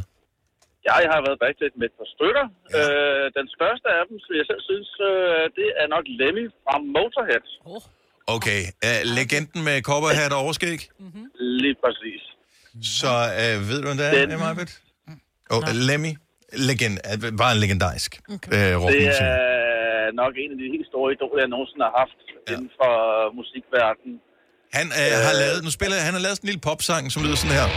[SPEAKER 25] Jeg har været backstage med et par stykker. Ja. Øh, den største af dem, som jeg selv synes, øh, det er nok Lemmy fra Motorhead.
[SPEAKER 5] Oh.
[SPEAKER 1] Okay, uh, legenden med cowboyhat og overskæg? Mm-hmm.
[SPEAKER 25] Lige præcis.
[SPEAKER 1] Så uh, ved du, hvad det er,
[SPEAKER 25] Den-
[SPEAKER 1] Marbet? Oh, Lemmy, legend, uh, bare en legendarisk okay. uh,
[SPEAKER 25] Det
[SPEAKER 1] rockmusik.
[SPEAKER 25] er nok en af de helt store idoler, jeg nogensinde har haft ja. inden for musikverdenen.
[SPEAKER 1] Han øh, har lavet, nu spiller jeg- han har lavet sådan en lille popsang, som lyder sådan her.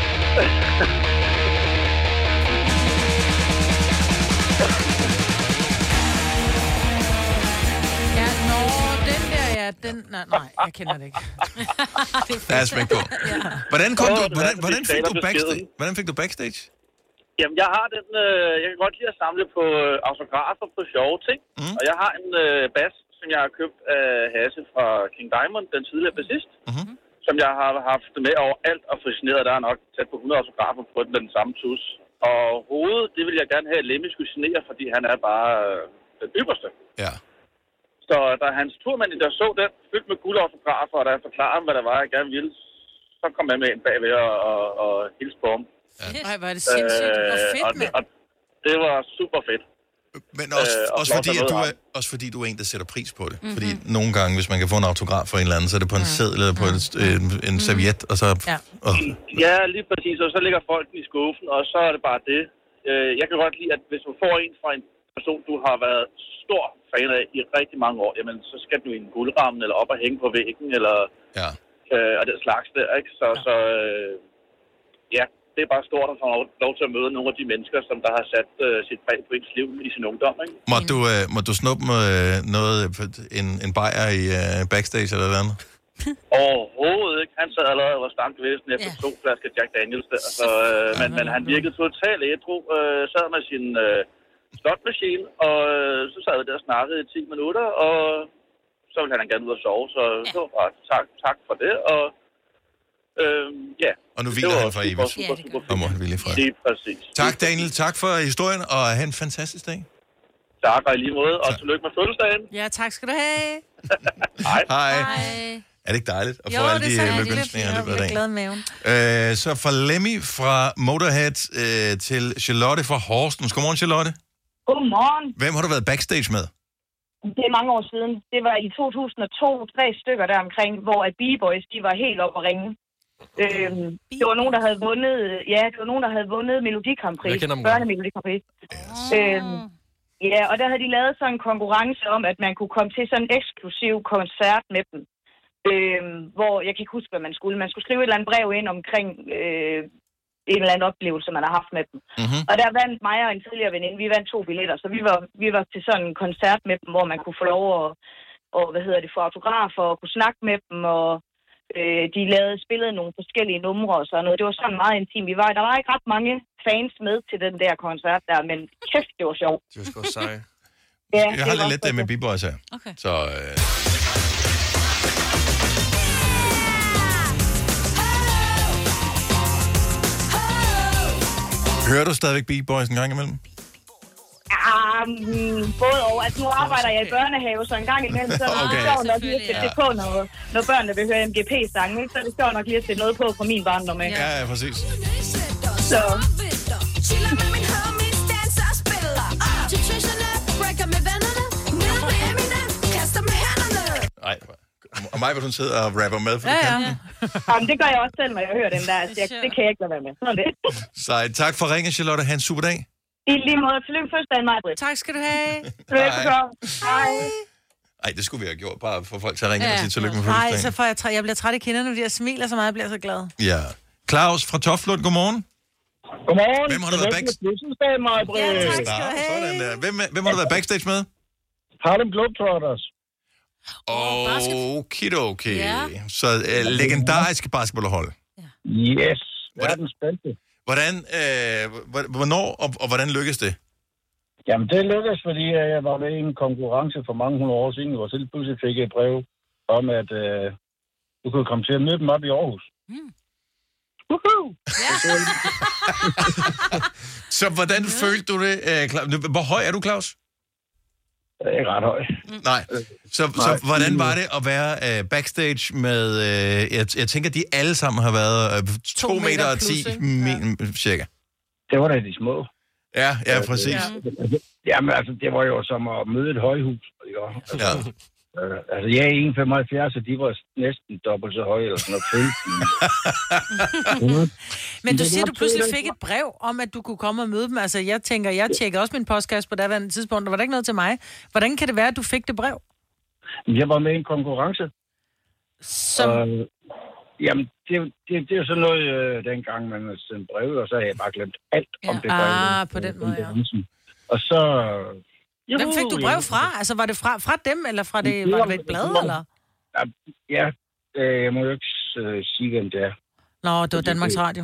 [SPEAKER 2] Ja, nå, den der, ja, den... Nej, nej [laughs] jeg kender det ikke. [laughs]
[SPEAKER 1] Der er smæk på. Hvordan, kom
[SPEAKER 25] Åh,
[SPEAKER 1] du,
[SPEAKER 25] det er altså
[SPEAKER 1] hvordan,
[SPEAKER 25] sådan,
[SPEAKER 1] hvordan,
[SPEAKER 25] de
[SPEAKER 1] fik
[SPEAKER 25] taler
[SPEAKER 1] du
[SPEAKER 25] beskeden.
[SPEAKER 1] backstage? hvordan fik du backstage?
[SPEAKER 25] Jamen, jeg har den... Øh, jeg kan godt lide at samle på øh, autografer på sjove ting. Mm. Og jeg har en øh, bas, som jeg har købt af Hasse fra King Diamond, den tidligere bassist. Mm-hmm. Som jeg har haft med overalt og fascineret. Der er nok tæt på 100 autografer på den med den samme tus. Og hovedet, det vil jeg gerne have, at Lemmy skulle genere, fordi han er bare øh, den ypperste.
[SPEAKER 1] Ja.
[SPEAKER 25] Så da hans turmand, der så den, fyldt med guldautografer, og da jeg forklarede ham, hvad der var, jeg gerne ville, så kom jeg med ind bagved og, og, og hilste på ham.
[SPEAKER 2] Nej, hvor er det sindssygt. Hvor fedt,
[SPEAKER 25] det,
[SPEAKER 2] mand.
[SPEAKER 25] Øh, og det var super fedt.
[SPEAKER 1] Men også, øh, også, fordi, at du er, også fordi du er en, der sætter pris på det.
[SPEAKER 2] Mhm.
[SPEAKER 1] Mm-hmm. Fordi nogle gange, hvis man kan få en autograf fra en eller anden, så er det på en seddel eller på en, øh, en serviet, og så...
[SPEAKER 2] Mhm. Ja.
[SPEAKER 1] Og,
[SPEAKER 25] Ja, lige præcis, og så ligger folk i skuffen, og så er det bare det. Øh, Jeg kan godt lide, at hvis du får en fra en person, du har været stor fan af i rigtig mange år, jamen så skal du i en guldramme, eller op og hænge på væggen, eller
[SPEAKER 1] ja.
[SPEAKER 25] øh, og den slags der, ikke? Så, ja. så øh, ja, det er bare stort at få lov- lov til at møde nogle af de mennesker, som der har sat øh, sit præg på ens liv i sin ungdom, ikke?
[SPEAKER 1] Må, du, øh, må du snuppe øh, noget, en, en bajer i øh, backstage eller noget andet?
[SPEAKER 25] Overhovedet ikke. Han sad allerede og var stankvæsen efter yeah. to flasker Jack Daniels der. Så, øh, men, men han virkede totalt ædru. Øh, sad med sin øh, slotmaskine, og øh, så sad vi der og snakkede i 10 minutter, og så ville han gerne ud og sove, så ja. det var bare tak, tak for det, og øhm, ja.
[SPEAKER 1] Og nu hviler han for evigt.
[SPEAKER 25] Super, super,
[SPEAKER 1] Og må han hvile i fred.
[SPEAKER 25] Lige præcis.
[SPEAKER 1] Tak, Daniel. Tak for historien, og have en fantastisk dag.
[SPEAKER 25] Tak, og i lige måde, og tillykke med fødselsdagen.
[SPEAKER 2] Ja, tak skal du have.
[SPEAKER 1] [laughs] Hej. Hej.
[SPEAKER 2] Hej.
[SPEAKER 1] Er det ikke dejligt at få
[SPEAKER 2] Jo,
[SPEAKER 1] alle
[SPEAKER 2] det
[SPEAKER 1] de
[SPEAKER 2] er så
[SPEAKER 1] øh,
[SPEAKER 2] dejligt.
[SPEAKER 1] lykønskninger i
[SPEAKER 2] Jeg
[SPEAKER 1] løbet af
[SPEAKER 2] bliver
[SPEAKER 1] dagen?
[SPEAKER 2] glad i maven.
[SPEAKER 1] Øh, så fra Lemmy fra Motorhead øh, til Charlotte fra Horsens. Godmorgen, Charlotte.
[SPEAKER 9] Godmorgen.
[SPEAKER 1] Hvem har du været backstage med?
[SPEAKER 9] Det er mange år siden. Det var i 2002-3 stykker der omkring, hvor at B-Boys, de var helt oppe at ringe. Øhm, det var nogen, der havde vundet, ja, det var nogen, der havde vundet Melodi Grand Prix,
[SPEAKER 10] Jeg kender dem godt.
[SPEAKER 9] børne Prix. Øhm, ja, og der havde de lavet sådan en konkurrence om, at man kunne komme til sådan en eksklusiv koncert med dem. Øhm, hvor, jeg kan ikke huske, hvad man skulle, man skulle skrive et eller andet brev ind omkring øh, en eller anden oplevelse, man har haft med dem.
[SPEAKER 1] Mm-hmm.
[SPEAKER 9] Og der vandt mig og en tidligere veninde, vi vandt to billetter, så vi var, vi var til sådan en koncert med dem, hvor man kunne få lov at, og, hvad hedder det, få autografer og kunne snakke med dem, og øh, de lavede, spillede nogle forskellige numre og sådan noget. Det var sådan meget intimt. Vi var, der var ikke ret mange fans med til den der koncert der, men kæft, det var sjovt.
[SPEAKER 3] Det var sgu også seje.
[SPEAKER 9] Ja,
[SPEAKER 1] Jeg har lidt let det med B-Boys her.
[SPEAKER 9] Okay.
[SPEAKER 1] Så, øh, Hører du stadigvæk Beat Boys en gang imellem?
[SPEAKER 9] Ah, mm, både og. Altså, nu arbejder jeg i børnehave, så en gang imellem, så er det
[SPEAKER 1] Okay.
[SPEAKER 9] sjovt nok lige at sætte det på, når, når børnene vil høre MGP-sangen, ikke? så er det sjovt nok lige at sætte noget på fra min barndom af.
[SPEAKER 1] Ja, ja, præcis.
[SPEAKER 9] Så.
[SPEAKER 7] Ah.
[SPEAKER 1] Ej, og mig vil hun sidde og rapper med. For
[SPEAKER 9] Ja,
[SPEAKER 1] det
[SPEAKER 9] ja.
[SPEAKER 1] kan den.
[SPEAKER 9] Jamen, det gør jeg også selv, når jeg hører den der. Altså, jeg, det kan jeg ikke lade være med. Sådan er det.
[SPEAKER 1] Så øh, tak for ringen, Charlotte. Ha' en super dag.
[SPEAKER 9] I lige måde. Tillykke fødselsdagen, Maja Britt.
[SPEAKER 2] Tak skal du have.
[SPEAKER 9] Velbekomme. Hej.
[SPEAKER 1] Ej, det skulle vi have gjort, bare for folk til at ringe ja. og sige tillykke med
[SPEAKER 2] Nej,
[SPEAKER 1] fødselsdagen.
[SPEAKER 2] så får jeg, træ- jeg bliver træt i kinderne, fordi jeg smiler så meget, jeg bliver så glad.
[SPEAKER 1] Ja. Claus fra Toflund, godmorgen.
[SPEAKER 26] Godmorgen.
[SPEAKER 1] Hvem har du været backstage
[SPEAKER 26] Fødselsdag, Maja Britt.
[SPEAKER 1] med? Sådan der. Hvem, er- hvem har du været backstage med?
[SPEAKER 26] Harlem Globetrotters.
[SPEAKER 1] Okay, okay.
[SPEAKER 26] Ja.
[SPEAKER 1] Så øh, legendariske basketballhold.
[SPEAKER 26] Yes.
[SPEAKER 1] Verdens
[SPEAKER 26] bedste.
[SPEAKER 1] Hvordan, øh, hvor- hvornår og, og hvordan lykkedes det?
[SPEAKER 26] Jamen, det lykkedes, fordi øh, jeg var med i en konkurrence for mange hundrede år siden, hvor selv pludselig fik jeg et brev om, at øh, du kunne komme til at møde dem op i Aarhus.
[SPEAKER 1] Så hvordan følte du det, øh, Claus? Nu, Hvor høj er du, Claus? Mm.
[SPEAKER 26] Jeg er ikke ret høj.
[SPEAKER 1] Nej. Så, så hvordan var det at være øh, backstage med... Øh, jeg, jeg tænker, de alle sammen har været øh, 2 meter, meter og
[SPEAKER 26] plus,
[SPEAKER 1] 10
[SPEAKER 26] ikke?
[SPEAKER 1] min, cirka.
[SPEAKER 26] Det var da de små.
[SPEAKER 1] Ja, ja, præcis.
[SPEAKER 26] Ja. Jamen, altså, det var jo som at møde et højhus. Ikke? Altså,
[SPEAKER 1] ja.
[SPEAKER 26] Øh, altså, jeg er 1,75, og de var næsten dobbelt så høje, eller sådan noget.
[SPEAKER 2] Men
[SPEAKER 26] 15. Mhm.
[SPEAKER 1] [laughs]
[SPEAKER 2] du
[SPEAKER 26] Men
[SPEAKER 2] siger,
[SPEAKER 26] jeg
[SPEAKER 2] du pludselig
[SPEAKER 26] troede
[SPEAKER 2] fik
[SPEAKER 26] ikke-
[SPEAKER 2] et brev om, at du kunne komme og møde dem. Altså, jeg tænker, jeg tjekkede også min postkasse på daværende tidspunkt, og var der ikke noget til mig. Hvordan kan det være, at du fik det brev?
[SPEAKER 26] Jeg var med i en konkurrence.
[SPEAKER 2] Som?
[SPEAKER 26] Og, øh, jamen, det, det, det er jo sådan noget, øh, dengang man sendte breve, og så havde jeg bare glemt alt om det brev.
[SPEAKER 2] Ah, på den måde, ja.
[SPEAKER 26] Og så...
[SPEAKER 2] Hvem fik du brev fra? Altså, var det fra, fra dem, eller fra det, var det ved et blad, eller?
[SPEAKER 26] Ja, øh, jeg må jo ikke øh, sige, hvem det er.
[SPEAKER 2] Nå, det var Danmarks Radio.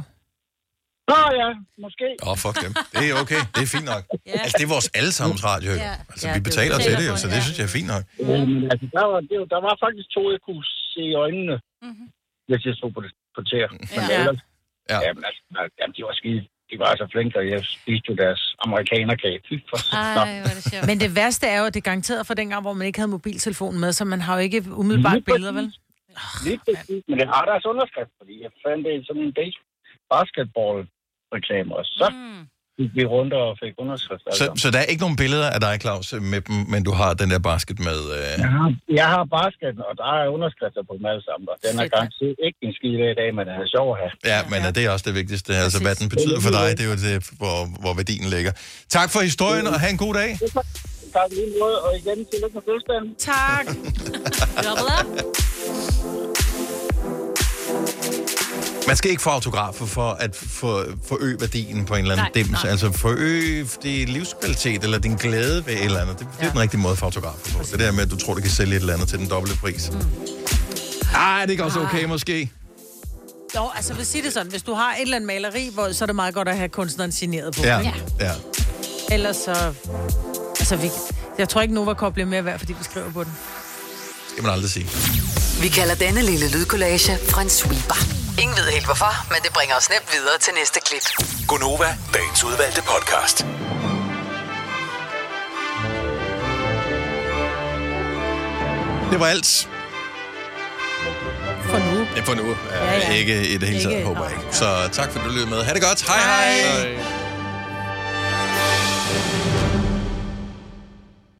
[SPEAKER 26] Nå ja, måske.
[SPEAKER 1] Åh, oh, fuck dem. Det er okay. Det er fint nok. Altså, det er vores allesammens radio. jo.
[SPEAKER 26] Ja.
[SPEAKER 1] Altså,
[SPEAKER 26] Ja,
[SPEAKER 1] vi
[SPEAKER 26] det er
[SPEAKER 1] betaler
[SPEAKER 26] jo
[SPEAKER 1] til det, jo,
[SPEAKER 26] sikkert
[SPEAKER 1] så
[SPEAKER 26] på,
[SPEAKER 1] det
[SPEAKER 26] ja.
[SPEAKER 1] synes jeg er fint nok.
[SPEAKER 26] Øh, men altså, der var, det, var- der var faktisk to, jeg kunne se i øjnene,
[SPEAKER 5] Mhm.
[SPEAKER 26] hvis jeg stod på det på tæer. Men
[SPEAKER 5] Ja.
[SPEAKER 26] ellers,
[SPEAKER 1] ja.
[SPEAKER 26] Jamen, altså, jamen, de var skide. De var så flinke, og jeg spiste jo deres amerikanerkage. Fy for satan.
[SPEAKER 5] Ej, hvor er det sjovt.
[SPEAKER 2] Men det værste er jo, at det er garanteret fra dengang, hvor man ikke havde mobiltelefonen med, så man har jo ikke umiddelbart
[SPEAKER 26] Lige præcis.
[SPEAKER 2] billeder, vel?
[SPEAKER 26] Lige præcis, men det har deres underskrift, fordi jeg fandt det i sådan en base basketball-reklame, og så
[SPEAKER 2] Mm.
[SPEAKER 26] gik vi rundt og fik underskrift. altså.
[SPEAKER 1] Så, så der er ikke nogen billeder af dig, Claus, med dem, men du har den der basket med... Øh...
[SPEAKER 26] Jeg har, jeg har basketen, og der er underskrifter på dem alle sammen, og den er garanteret ikke en skide i dag, men den er sjov at have.
[SPEAKER 1] Ja, men ja. det er også det vigtigste. Altså, hvad den betyder for dig, det er jo det, hvor, hvor værdien ligger. Tak for historien, og have en god dag.
[SPEAKER 26] Tak lige måde, og igen, tillykke med fødselsdagen.
[SPEAKER 5] [laughs]
[SPEAKER 2] Tak.
[SPEAKER 1] Man skal ikke få autografer for at få, forøge værdien på en eller anden
[SPEAKER 27] Nej,
[SPEAKER 1] dims.
[SPEAKER 27] nej.
[SPEAKER 1] Altså forøge din livskvalitet eller din glæde ved et eller andet. Det, det er den rigtige måde for autografer på. Det der med, at du tror, du kan sælge et eller andet til den dobbelte pris. Mm. Ej, det er ikke også okay måske.
[SPEAKER 2] Jo, altså, hvis sige det sådan, hvis du har et eller andet maleri, hvor, så er det meget godt at have kunstneren signeret på.
[SPEAKER 1] Ja,
[SPEAKER 2] ikke?
[SPEAKER 1] ja.
[SPEAKER 2] Ellers så... Altså, vi, jeg tror ikke, Novakop bliver mere værd, fordi vi skriver på den.
[SPEAKER 1] Skal man aldrig sige.
[SPEAKER 6] Vi kalder denne lille lydkollage en sweeper. Ingen ved helt hvorfor, men det bringer os nemt videre til næste klip.
[SPEAKER 18] Gonova, dagens udvalgte podcast.
[SPEAKER 1] Det var alt.
[SPEAKER 2] For nu.
[SPEAKER 1] Ja, for nu.
[SPEAKER 2] Ja,
[SPEAKER 1] Ja, ja,
[SPEAKER 2] ja.
[SPEAKER 1] Ikke i det hele taget,
[SPEAKER 2] Ikke,
[SPEAKER 1] håber jeg
[SPEAKER 2] nej,
[SPEAKER 1] ikke. Så tak for, at du lyttede med. Ha' det godt. Hej hej. hej.